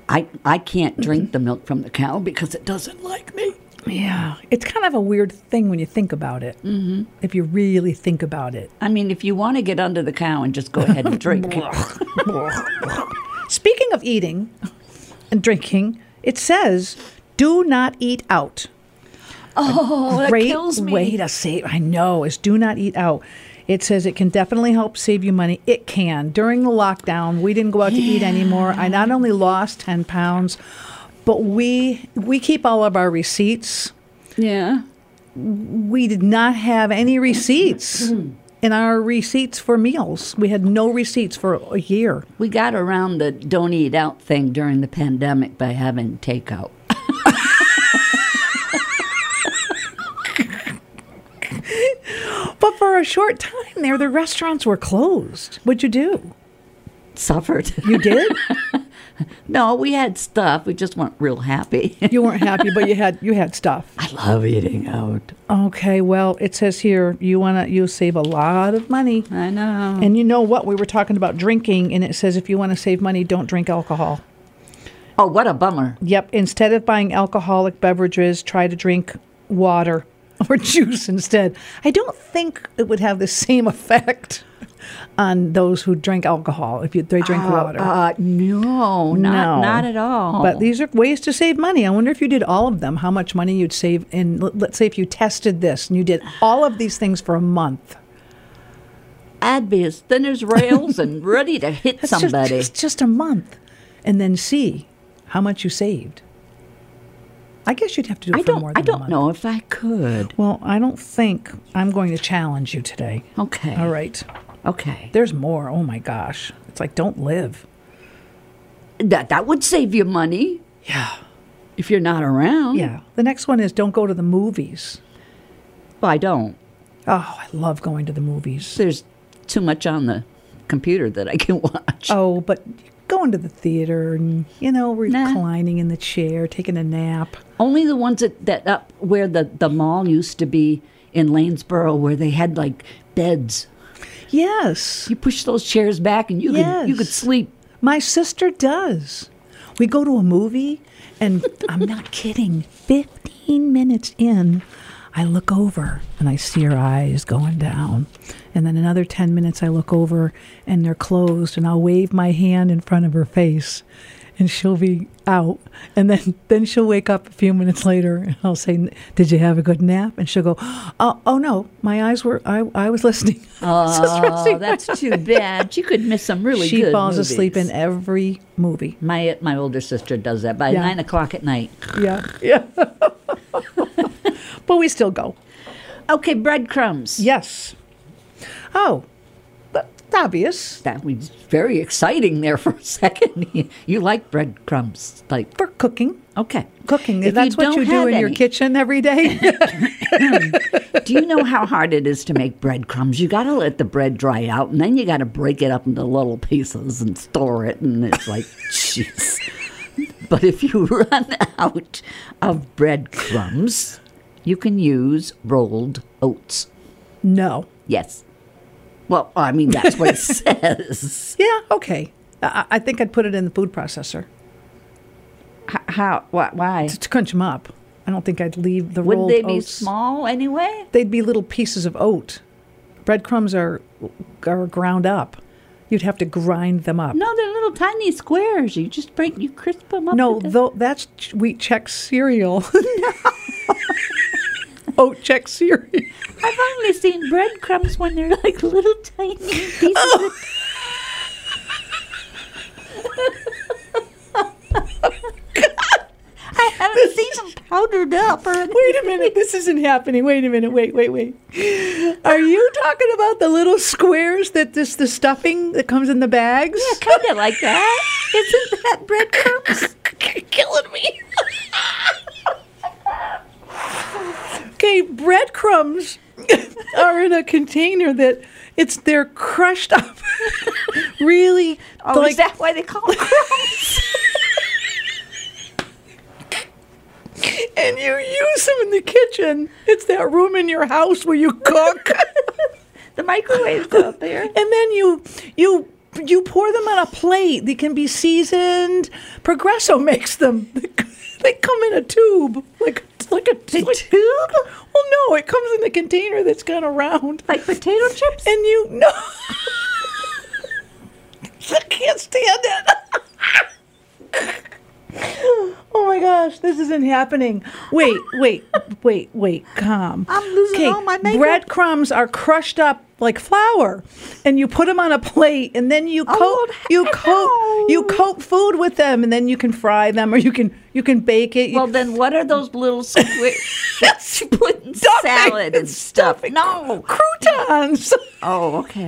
S7: I, I can't drink the milk from the cow because it doesn't like me.
S2: Yeah. It's kind of a weird thing when you think about it. Mm-hmm. If you really think about it.
S7: I mean, if you want to get under the cow and just go ahead and drink.
S2: Speaking of eating and drinking, it says, "Do not eat out."
S7: oh, that
S2: Great
S7: kills me.
S2: way to save. I know is do not eat out. It says it can definitely help save you money. It can. During the lockdown, we didn't go out to eat anymore. I not only lost ten pounds, but we we keep all of our receipts.
S7: Yeah.
S2: We did not have any receipts in our receipts for meals. We had no receipts for a year.
S7: We got around the don't eat out thing during the pandemic by having takeout.
S2: But for a short time there, the restaurants were closed. What'd you do?
S7: Suffered.
S2: You did?
S7: no, we had stuff. We just weren't real happy.
S2: you weren't happy, but you had you had stuff.
S7: I love eating out.
S2: Okay, well, it says here you wanna you save a lot of money.
S7: I know.
S2: And you know what? We were talking about drinking, and it says if you want to save money, don't drink alcohol.
S7: Oh, what a bummer.
S2: Yep. Instead of buying alcoholic beverages, try to drink water or juice instead. I don't think it would have the same effect on those who drink alcohol if you, they drink water.
S7: Uh, no, not
S2: no,
S7: not at all.
S2: But these are ways to save money. I wonder if you did all of them, how much money you'd save. And let- let's say if you tested this and you did all of these things for a month.
S7: I'd be as thin as rails and ready to hit
S2: That's just-
S7: somebody.
S2: Just, just a month, and then see how much you saved. I guess you'd have to do it
S7: I
S2: for more
S7: don't.
S2: than
S7: I
S2: a
S7: don't
S2: month.
S7: know if I could.
S2: Well, I don't think I'm going to challenge you today.
S7: Okay.
S2: All right.
S7: Okay.
S2: There's more. Oh my gosh. It's like don't live.
S7: That that would save you money
S2: Yeah.
S7: if you're not around.
S2: Yeah. The next one is don't go to the movies.
S7: Well, I don't.
S2: Oh, I love going to the movies.
S7: There's too much on the computer that I can watch.
S2: Oh, but going to the theater and, you know, reclining in the chair, taking a nap.
S7: Only the ones that, that up where the, the mall used to be in Lanesboro where they had like beds.
S2: Yes.
S7: You push those chairs back and you could you could
S2: Yes.
S7: sleep.
S2: My sister does. We go to a movie, and I'm not kidding. 15 minutes in, I look over and I see her eyes going down. And then another 10 minutes, I look over and they're closed, and I'll wave my hand in front of her face. And she'll be out, and then, then she'll wake up a few minutes later, and I'll say, "Did you have a good nap?" And she'll go, "Oh, oh no, my eyes were I, I was listening." It's just resting
S7: Oh, that's too bad. You could miss some really
S2: she
S7: good
S2: falls asleep
S7: movies.
S2: in every movie.
S7: my my older sister does that by
S2: Yeah.
S7: nine o'clock at night.
S2: Yeah, yeah. but we still go.
S7: Okay, breadcrumbs.
S2: Yes. Oh, but it's obvious
S7: That was very exciting there for a second. You- you like breadcrumbs, like
S2: for cooking.
S7: okay,
S2: Cooking.
S7: If
S2: That's what
S7: don't
S2: you do
S7: have
S2: in your
S7: any-
S2: kitchen every day.
S7: Do you know how hard it is to make breadcrumbs? You got to let the bread dry out, and then you got to break it up into little pieces and store it. And it's like, jeez. But if you run out of breadcrumbs, you can use rolled oats.
S2: no.
S7: Yes. Well, I mean that's what it says.
S2: Yeah. Okay. I, I I think I'd put it in the food processor
S7: H- How? Why? why?
S2: to crunch them up. I don't think I'd leave the
S7: Would
S2: rolled
S7: they be
S2: oats.
S7: small anyway?
S2: They'd be little pieces of oat. Breadcrumbs are are ground up. You'd have to grind them up.
S7: No, they're little tiny squares. You just break, you crisp them up.
S2: No,
S7: into-
S2: though that's ch- wheat check cereal. Oat check cereal.
S7: I've only seen breadcrumbs when they're like little tiny pieces. of- Oh. I haven't seen them powdered up or
S2: Wait a minute, this isn't happening. Wait a minute, wait, wait, wait. Are you talking about the little squares that this the stuffing that comes in the bags?
S7: kind of like that. Isn't that breadcrumbs?
S2: killing me. okay, breadcrumbs are in a container that it's they're crushed up. really
S7: Oh,
S2: like
S7: is that why they call them crumbs?
S2: and you use them in the kitchen. It's that room in your house where you cook,
S7: the microwave's up there.
S2: and then you you you pour them on a plate. They can be seasoned. Progresso makes them. They come in a tube, like like a, tube. Well, no, it comes in the container that's kind of round,
S7: Like potato chips?
S2: and you no. I can't stand it. Oh my gosh, this isn't happening. Wait, wait, wait, wait, calm.
S7: I'm losing all my makeup.
S2: Breadcrumbs are crushed up like flour and you put them on a plate and then you coat
S7: Oh,
S2: you
S7: heck
S2: coat
S7: no.
S2: you coat food with them and then you can fry them or you can you can bake it. You-
S7: Well, then what are those little squares that you put in
S2: Stuffing.
S7: salad and
S2: It's
S7: stuff? No.
S2: croutons.
S7: Oh, okay.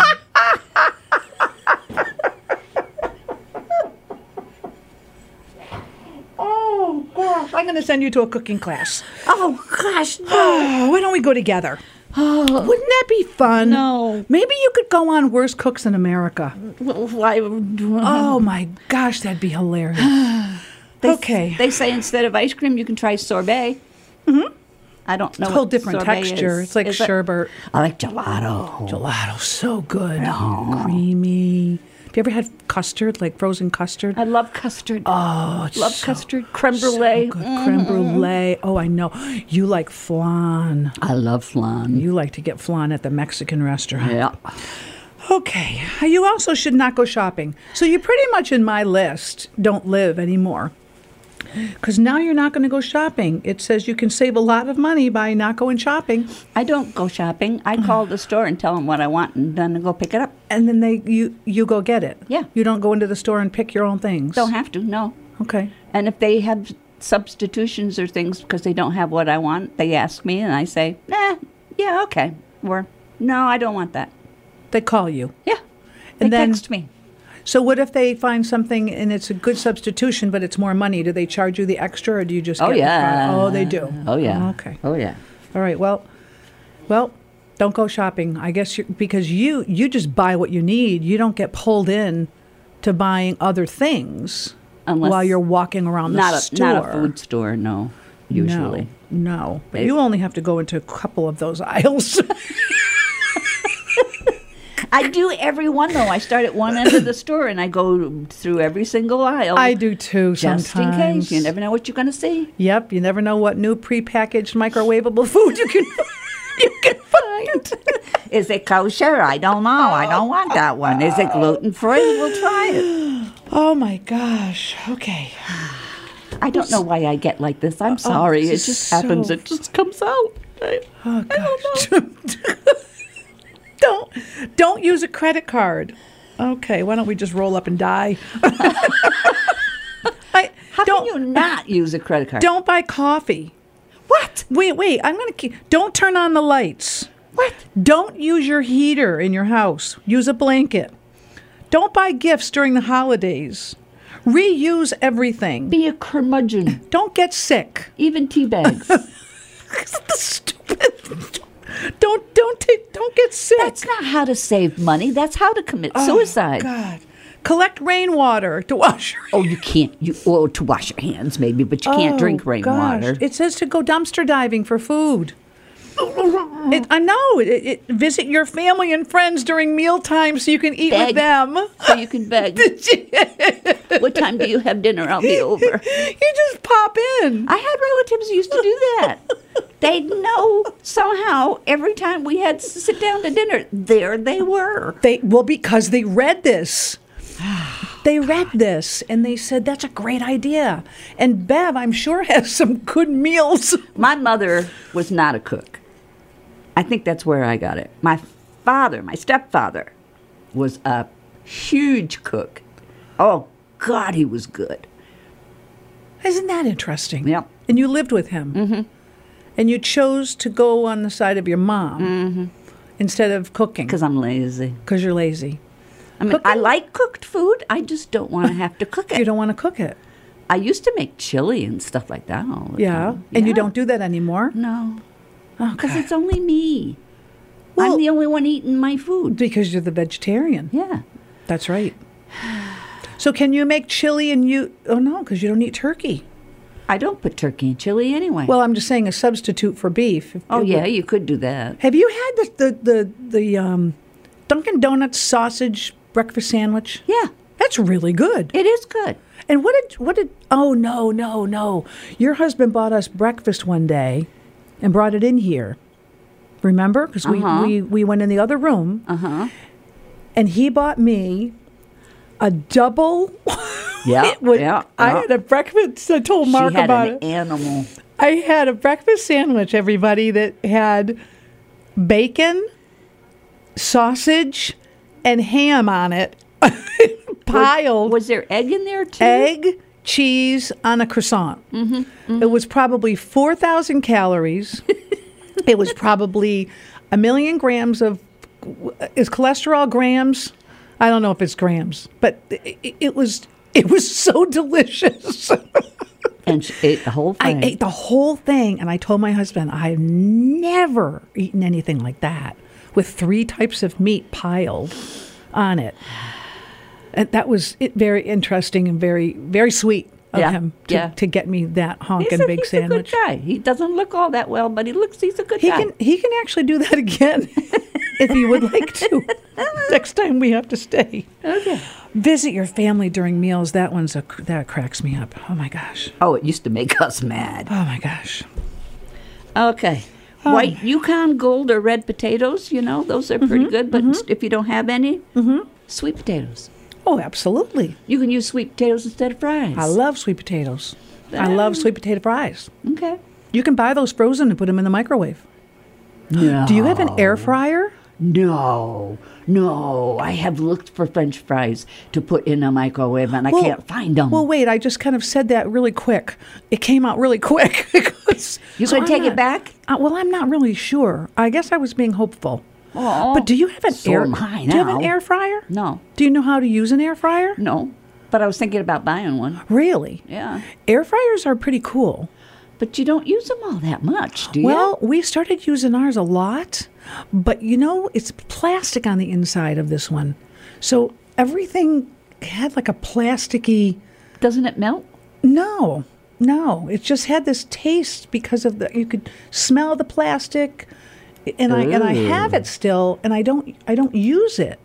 S2: Oh gosh, I'm going to send you to a cooking class.
S7: Oh, gosh, Oh.
S2: Oh, why don't we go together? Wouldn't that be fun?
S7: No. Mm-hmm.
S2: Maybe you could go on Worst Cooks in America.
S7: Well, Why?
S2: Oh my gosh, that'd be hilarious. okay.
S7: They say instead of ice cream, you can try sorbet. Mm-hmm. I don't know.
S2: whole
S7: what
S2: different
S7: sorbet
S2: texture.
S7: is.
S2: It's like
S7: Is it-
S2: sherbet.
S7: I like gelato.
S2: Gelato, so good. Creamy. Have you ever had custard, like frozen custard?
S7: I love custard. Oh, love custard. Creme brulee. Mm-hmm.
S2: Good creme brulee. Oh, I know. You like flan.
S7: I love flan.
S2: You like to get flan at the Mexican restaurant.
S7: Yeah.
S2: Okay. You also should not go shopping. So you pretty much in my list don't live anymore. Because now you're not going to go shopping. It says you can save a lot of money by not going shopping.
S7: I don't go shopping.
S2: Mm.
S7: I call the store and tell them what I want and then go pick it up.
S2: and then they you you go get it.
S7: Yeah.
S2: You don't go into the store and pick your own things.
S7: Don't have to, no.
S2: okay.
S7: And if they have substitutions or things because they don't have what I want, they ask me and I say, nah, yeah, okay. Or, no, I don't want that.
S2: They call you.
S7: Yeah.
S2: And
S7: they
S2: then-
S7: text me.
S2: So what if they find something and it's a good substitution but it's more money? Do they charge you the extra or do you just
S7: Oh,
S2: get the
S7: yeah.
S2: product? Oh, they do.
S7: Oh yeah.
S2: Okay.
S7: Oh yeah.
S2: All right. Well, well, Don't go shopping. I guess you because you you just buy what you need. You don't get pulled in to buying other things
S7: Unless-
S2: while you're walking around the
S7: not a
S2: store.
S7: not a food store, no. Usually,
S2: No, no. But you only have to go into a couple of those aisles.
S7: I do every one though. I start at one end of the store and I go through every single aisle.
S2: I do too
S7: just in
S2: sometimes.
S7: case. You never know what you're going to see.
S2: Yep, you never know what new prepackaged microwavable food you can you can find.
S7: Is it kosher? I don't know. I don't want that one. Is it gluten free? We'll try it.
S2: Oh my gosh. Okay.
S7: I don't know why I get like this. I'm sorry. It
S2: this is
S7: just happens.
S2: so
S7: It just comes out. I-
S2: Oh gosh. don't don't use a credit card. Okay, why don't we just roll up and die? I
S7: How
S2: don't
S7: can you not use a credit card?
S2: don't buy coffee.
S7: what?
S2: Wait, wait. I'm gonna keep. Don't turn on the lights.
S7: What?
S2: Don't use your heater in your house. Use a blanket. Don't buy gifts during the holidays. Reuse everything.
S7: Be a curmudgeon.
S2: Don't get sick.
S7: Even tea bags.
S2: Stupid. Don't don't take. Don't get sick.
S7: That's not how to save money. That's how to commit suicide.
S2: God. Collect rainwater to wash your
S7: Oh, you can't. You or to wash your hands maybe, but you can't
S2: Oh,
S7: drink
S2: gosh.
S7: rainwater.
S2: It says to go dumpster diving for food. It, I know. It, it, visit your family and friends during mealtime so you can eat with
S7: Beg.
S2: them.
S7: so you can beg. what time do you have dinner? I'll be over.
S2: you just pop in.
S7: I had relatives who used to do that. They'd know somehow every time we had to sit down to dinner, there they were.
S2: They well because they read this. They read this and they said that's a great idea. And Bev, I'm sure has some good meals.
S7: My mother was not a cook. I think that's where I got it. My father, my stepfather, was a huge cook. Oh, God, he was good.
S2: Isn't that interesting?
S7: Yep.
S2: And you lived with him. Mm-hmm. And you chose to go on the side of your mom
S7: Mm-hmm.
S2: instead of cooking
S7: Because I'm lazy.
S2: because you're lazy.
S7: I mean, I like cooked food. I just don't want to have to cook
S2: You
S7: it.
S2: don't want to cook it.
S7: I used to make chili and stuff like that all the
S2: Yeah.
S7: time.
S2: And you
S7: Oh, Yeah.
S2: don't do that anymore Oh,
S7: No. Because it's only me.
S2: Well-
S7: I'm the only one eating my food.
S2: because you're the vegetarian.
S7: Yeah.
S2: That's right. So can you make chili and you Oh no, cuz you don't eat turkey.
S7: I don't put turkey in chili anyway.
S2: Well, I'm just saying a substitute for beef. If-
S7: oh, yeah, you could do that.
S2: Have you had the the the, the um, Dunkin' Donuts sausage breakfast sandwich?
S7: Yeah,
S2: That's really good.
S7: it is good.
S2: And what did what did oh no no no your husband bought us breakfast one day and brought it in here remember because
S7: Uh-huh.
S2: we, we we went in the other room uh-huh and he bought me a double
S7: Yeah,
S2: It was-
S7: yeah,
S2: I
S7: yeah.
S2: had a breakfast I told Mark
S7: she had
S2: about
S7: an e-,
S2: it
S7: animal.
S2: I had a breakfast sandwich everybody that had bacon sausage and ham on it piled
S7: Was there egg in there too?
S2: egg, cheese on a croissant. It was probably 4,000 calories. it was probably a million grams of is cholesterol grams? I don't know if it's grams, but it, it was it was so delicious.
S7: And she ate the whole
S2: I
S7: thing.
S2: ate the whole thing and I told my husband I've never eaten anything like that with three types of meat piled on it. And that was it, very interesting and very very sweet of
S7: Yeah,
S2: him to,
S7: yeah.
S2: to get me that honk
S7: He's
S2: and
S7: a-
S2: big
S7: he's
S2: sandwich.
S7: a good guy. He doesn't look all that well, but he looks, he's a good
S2: He
S7: guy.
S2: can he can actually do that again if he would like to. Next time we have to stay. Okay. Visit your family during meals. That one's a cr- that cracks me up. Oh my gosh.
S7: oh, it used to make us mad.
S2: Oh my gosh.
S7: Okay.
S2: Um,
S7: White Yukon Gold or red potatoes, you know, those are
S2: Mm-hmm,
S7: pretty good, but if you don't have any, sweet potatoes.
S2: Oh, absolutely.
S7: You can use sweet potatoes instead of fries.
S2: I love sweet potatoes. I love sweet potato fries.
S7: Okay.
S2: You can buy those frozen and put them in the microwave.
S7: No.
S2: Do you have an air fryer?
S7: No, no. I have looked for French fries to put in a microwave and I
S2: Well-
S7: can't find them.
S2: Well, wait, I just kind of said that really quick. It came out really quick. because-
S7: You gonna
S2: I'm
S7: take it
S2: not-
S7: back?
S2: Uh, well, I'm not really sure. I guess I was being hopeful.
S7: Oh,
S2: but do you have an
S7: so
S2: air
S7: am I
S2: Do you have an
S7: now.
S2: air fryer?
S7: No.
S2: Do you know how to use an air fryer?
S7: no, but I was thinking about buying one.
S2: Really?
S7: Yeah.
S2: Air fryers are pretty cool.
S7: but you don't use them all that much, do you?
S2: Well, we started using ours a lot, but you know, it's plastic on the inside of this one. So everything had like a plasticky
S7: doesn't it melt?
S2: no. No, it just had this taste because of the you could smell the plastic and I and I have it still and I don't I don't use it.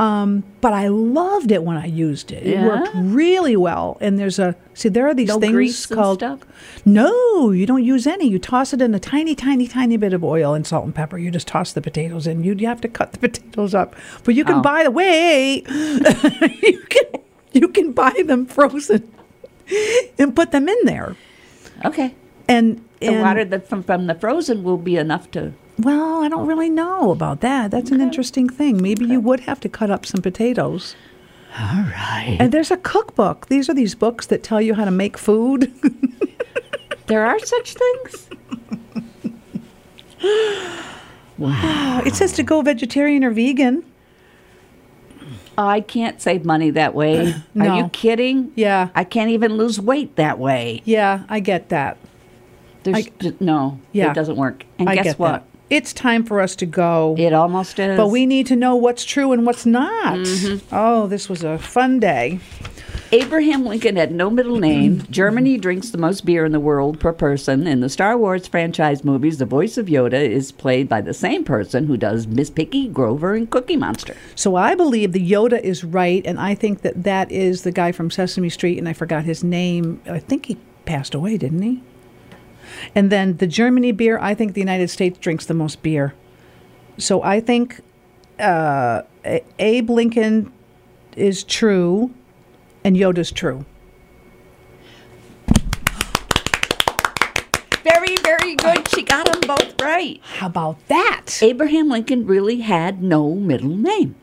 S2: Um, but I loved it when I used it. It worked
S7: Yeah?
S2: really well. And there's a see there are these
S7: No
S2: things
S7: grease and
S2: called
S7: stuff?
S2: no, you don't use any. You toss it in a tiny, tiny, tiny bit of oil and salt and pepper. You just toss the potatoes in. You, you have to cut the potatoes up, but you can
S7: Oh.
S2: buy the way you can you can buy them frozen and put them in there.
S7: Okay.
S2: And,
S7: The
S2: and-
S7: water that from, from the frozen will be enough to.
S2: well, I don't really know about that. That's an interesting thing. Maybe you would have to cut up some potatoes.
S7: All right.
S2: And there's a cookbook. These are these books that tell you how to make food.
S7: There are such things.
S2: it says to go vegetarian or vegan.
S7: I can't save money that way. Are you
S2: No.
S7: kidding?
S2: Yeah.
S7: I can't even lose weight that way.
S2: Yeah, I get that.
S7: There's ju- no.
S2: Yeah.
S7: It doesn't work. And
S2: I
S7: guess
S2: get
S7: what?
S2: that. It's time for us to go.
S7: It almost is. Mm-hmm.
S2: But we need to know what's true and what's not. Oh, this was a fun day.
S7: Abraham Lincoln had no middle name. Germany drinks the most beer in the world per person. In the Star Wars franchise movies, the voice of Yoda is played by the same person who does Miss Piggy, Grover, and Cookie Monster.
S2: So I believe the Yoda is right, and I think that that is the guy from Sesame Street, and I forgot his name. I think he passed away, didn't he? And then the Germany beer, I think the United States drinks the most beer. So I think uh, A- Abe Lincoln is true, and Yoda's true.
S7: Very, very good. She got them both right.
S2: How about that?
S7: Abraham Lincoln really had no middle name.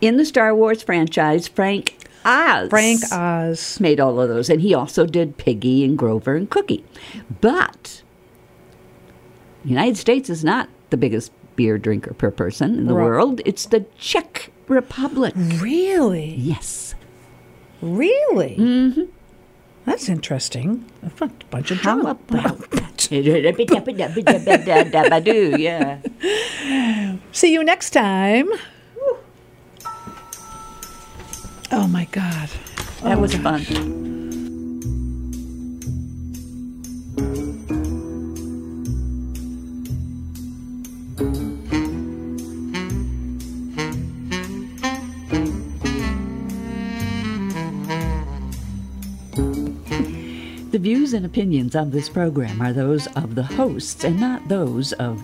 S7: In the Star Wars franchise, Frank Oz.
S2: Frank Oz.
S7: made all of those, and he also did Piggy and Grover and Cookie. But the United States is not the biggest beer drinker per person in the
S2: Right.
S7: world. It's the Czech Republic.
S2: Really?
S7: Yes.
S2: Really? Mm-hmm. That's interesting. A fun- bunch of
S7: How
S2: drama.
S7: about that? yeah.
S2: See you next time. Oh my God.
S7: That was fun.
S9: The views and opinions of this program are those of the hosts and not those of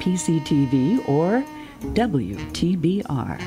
S9: PCTV or WTBR.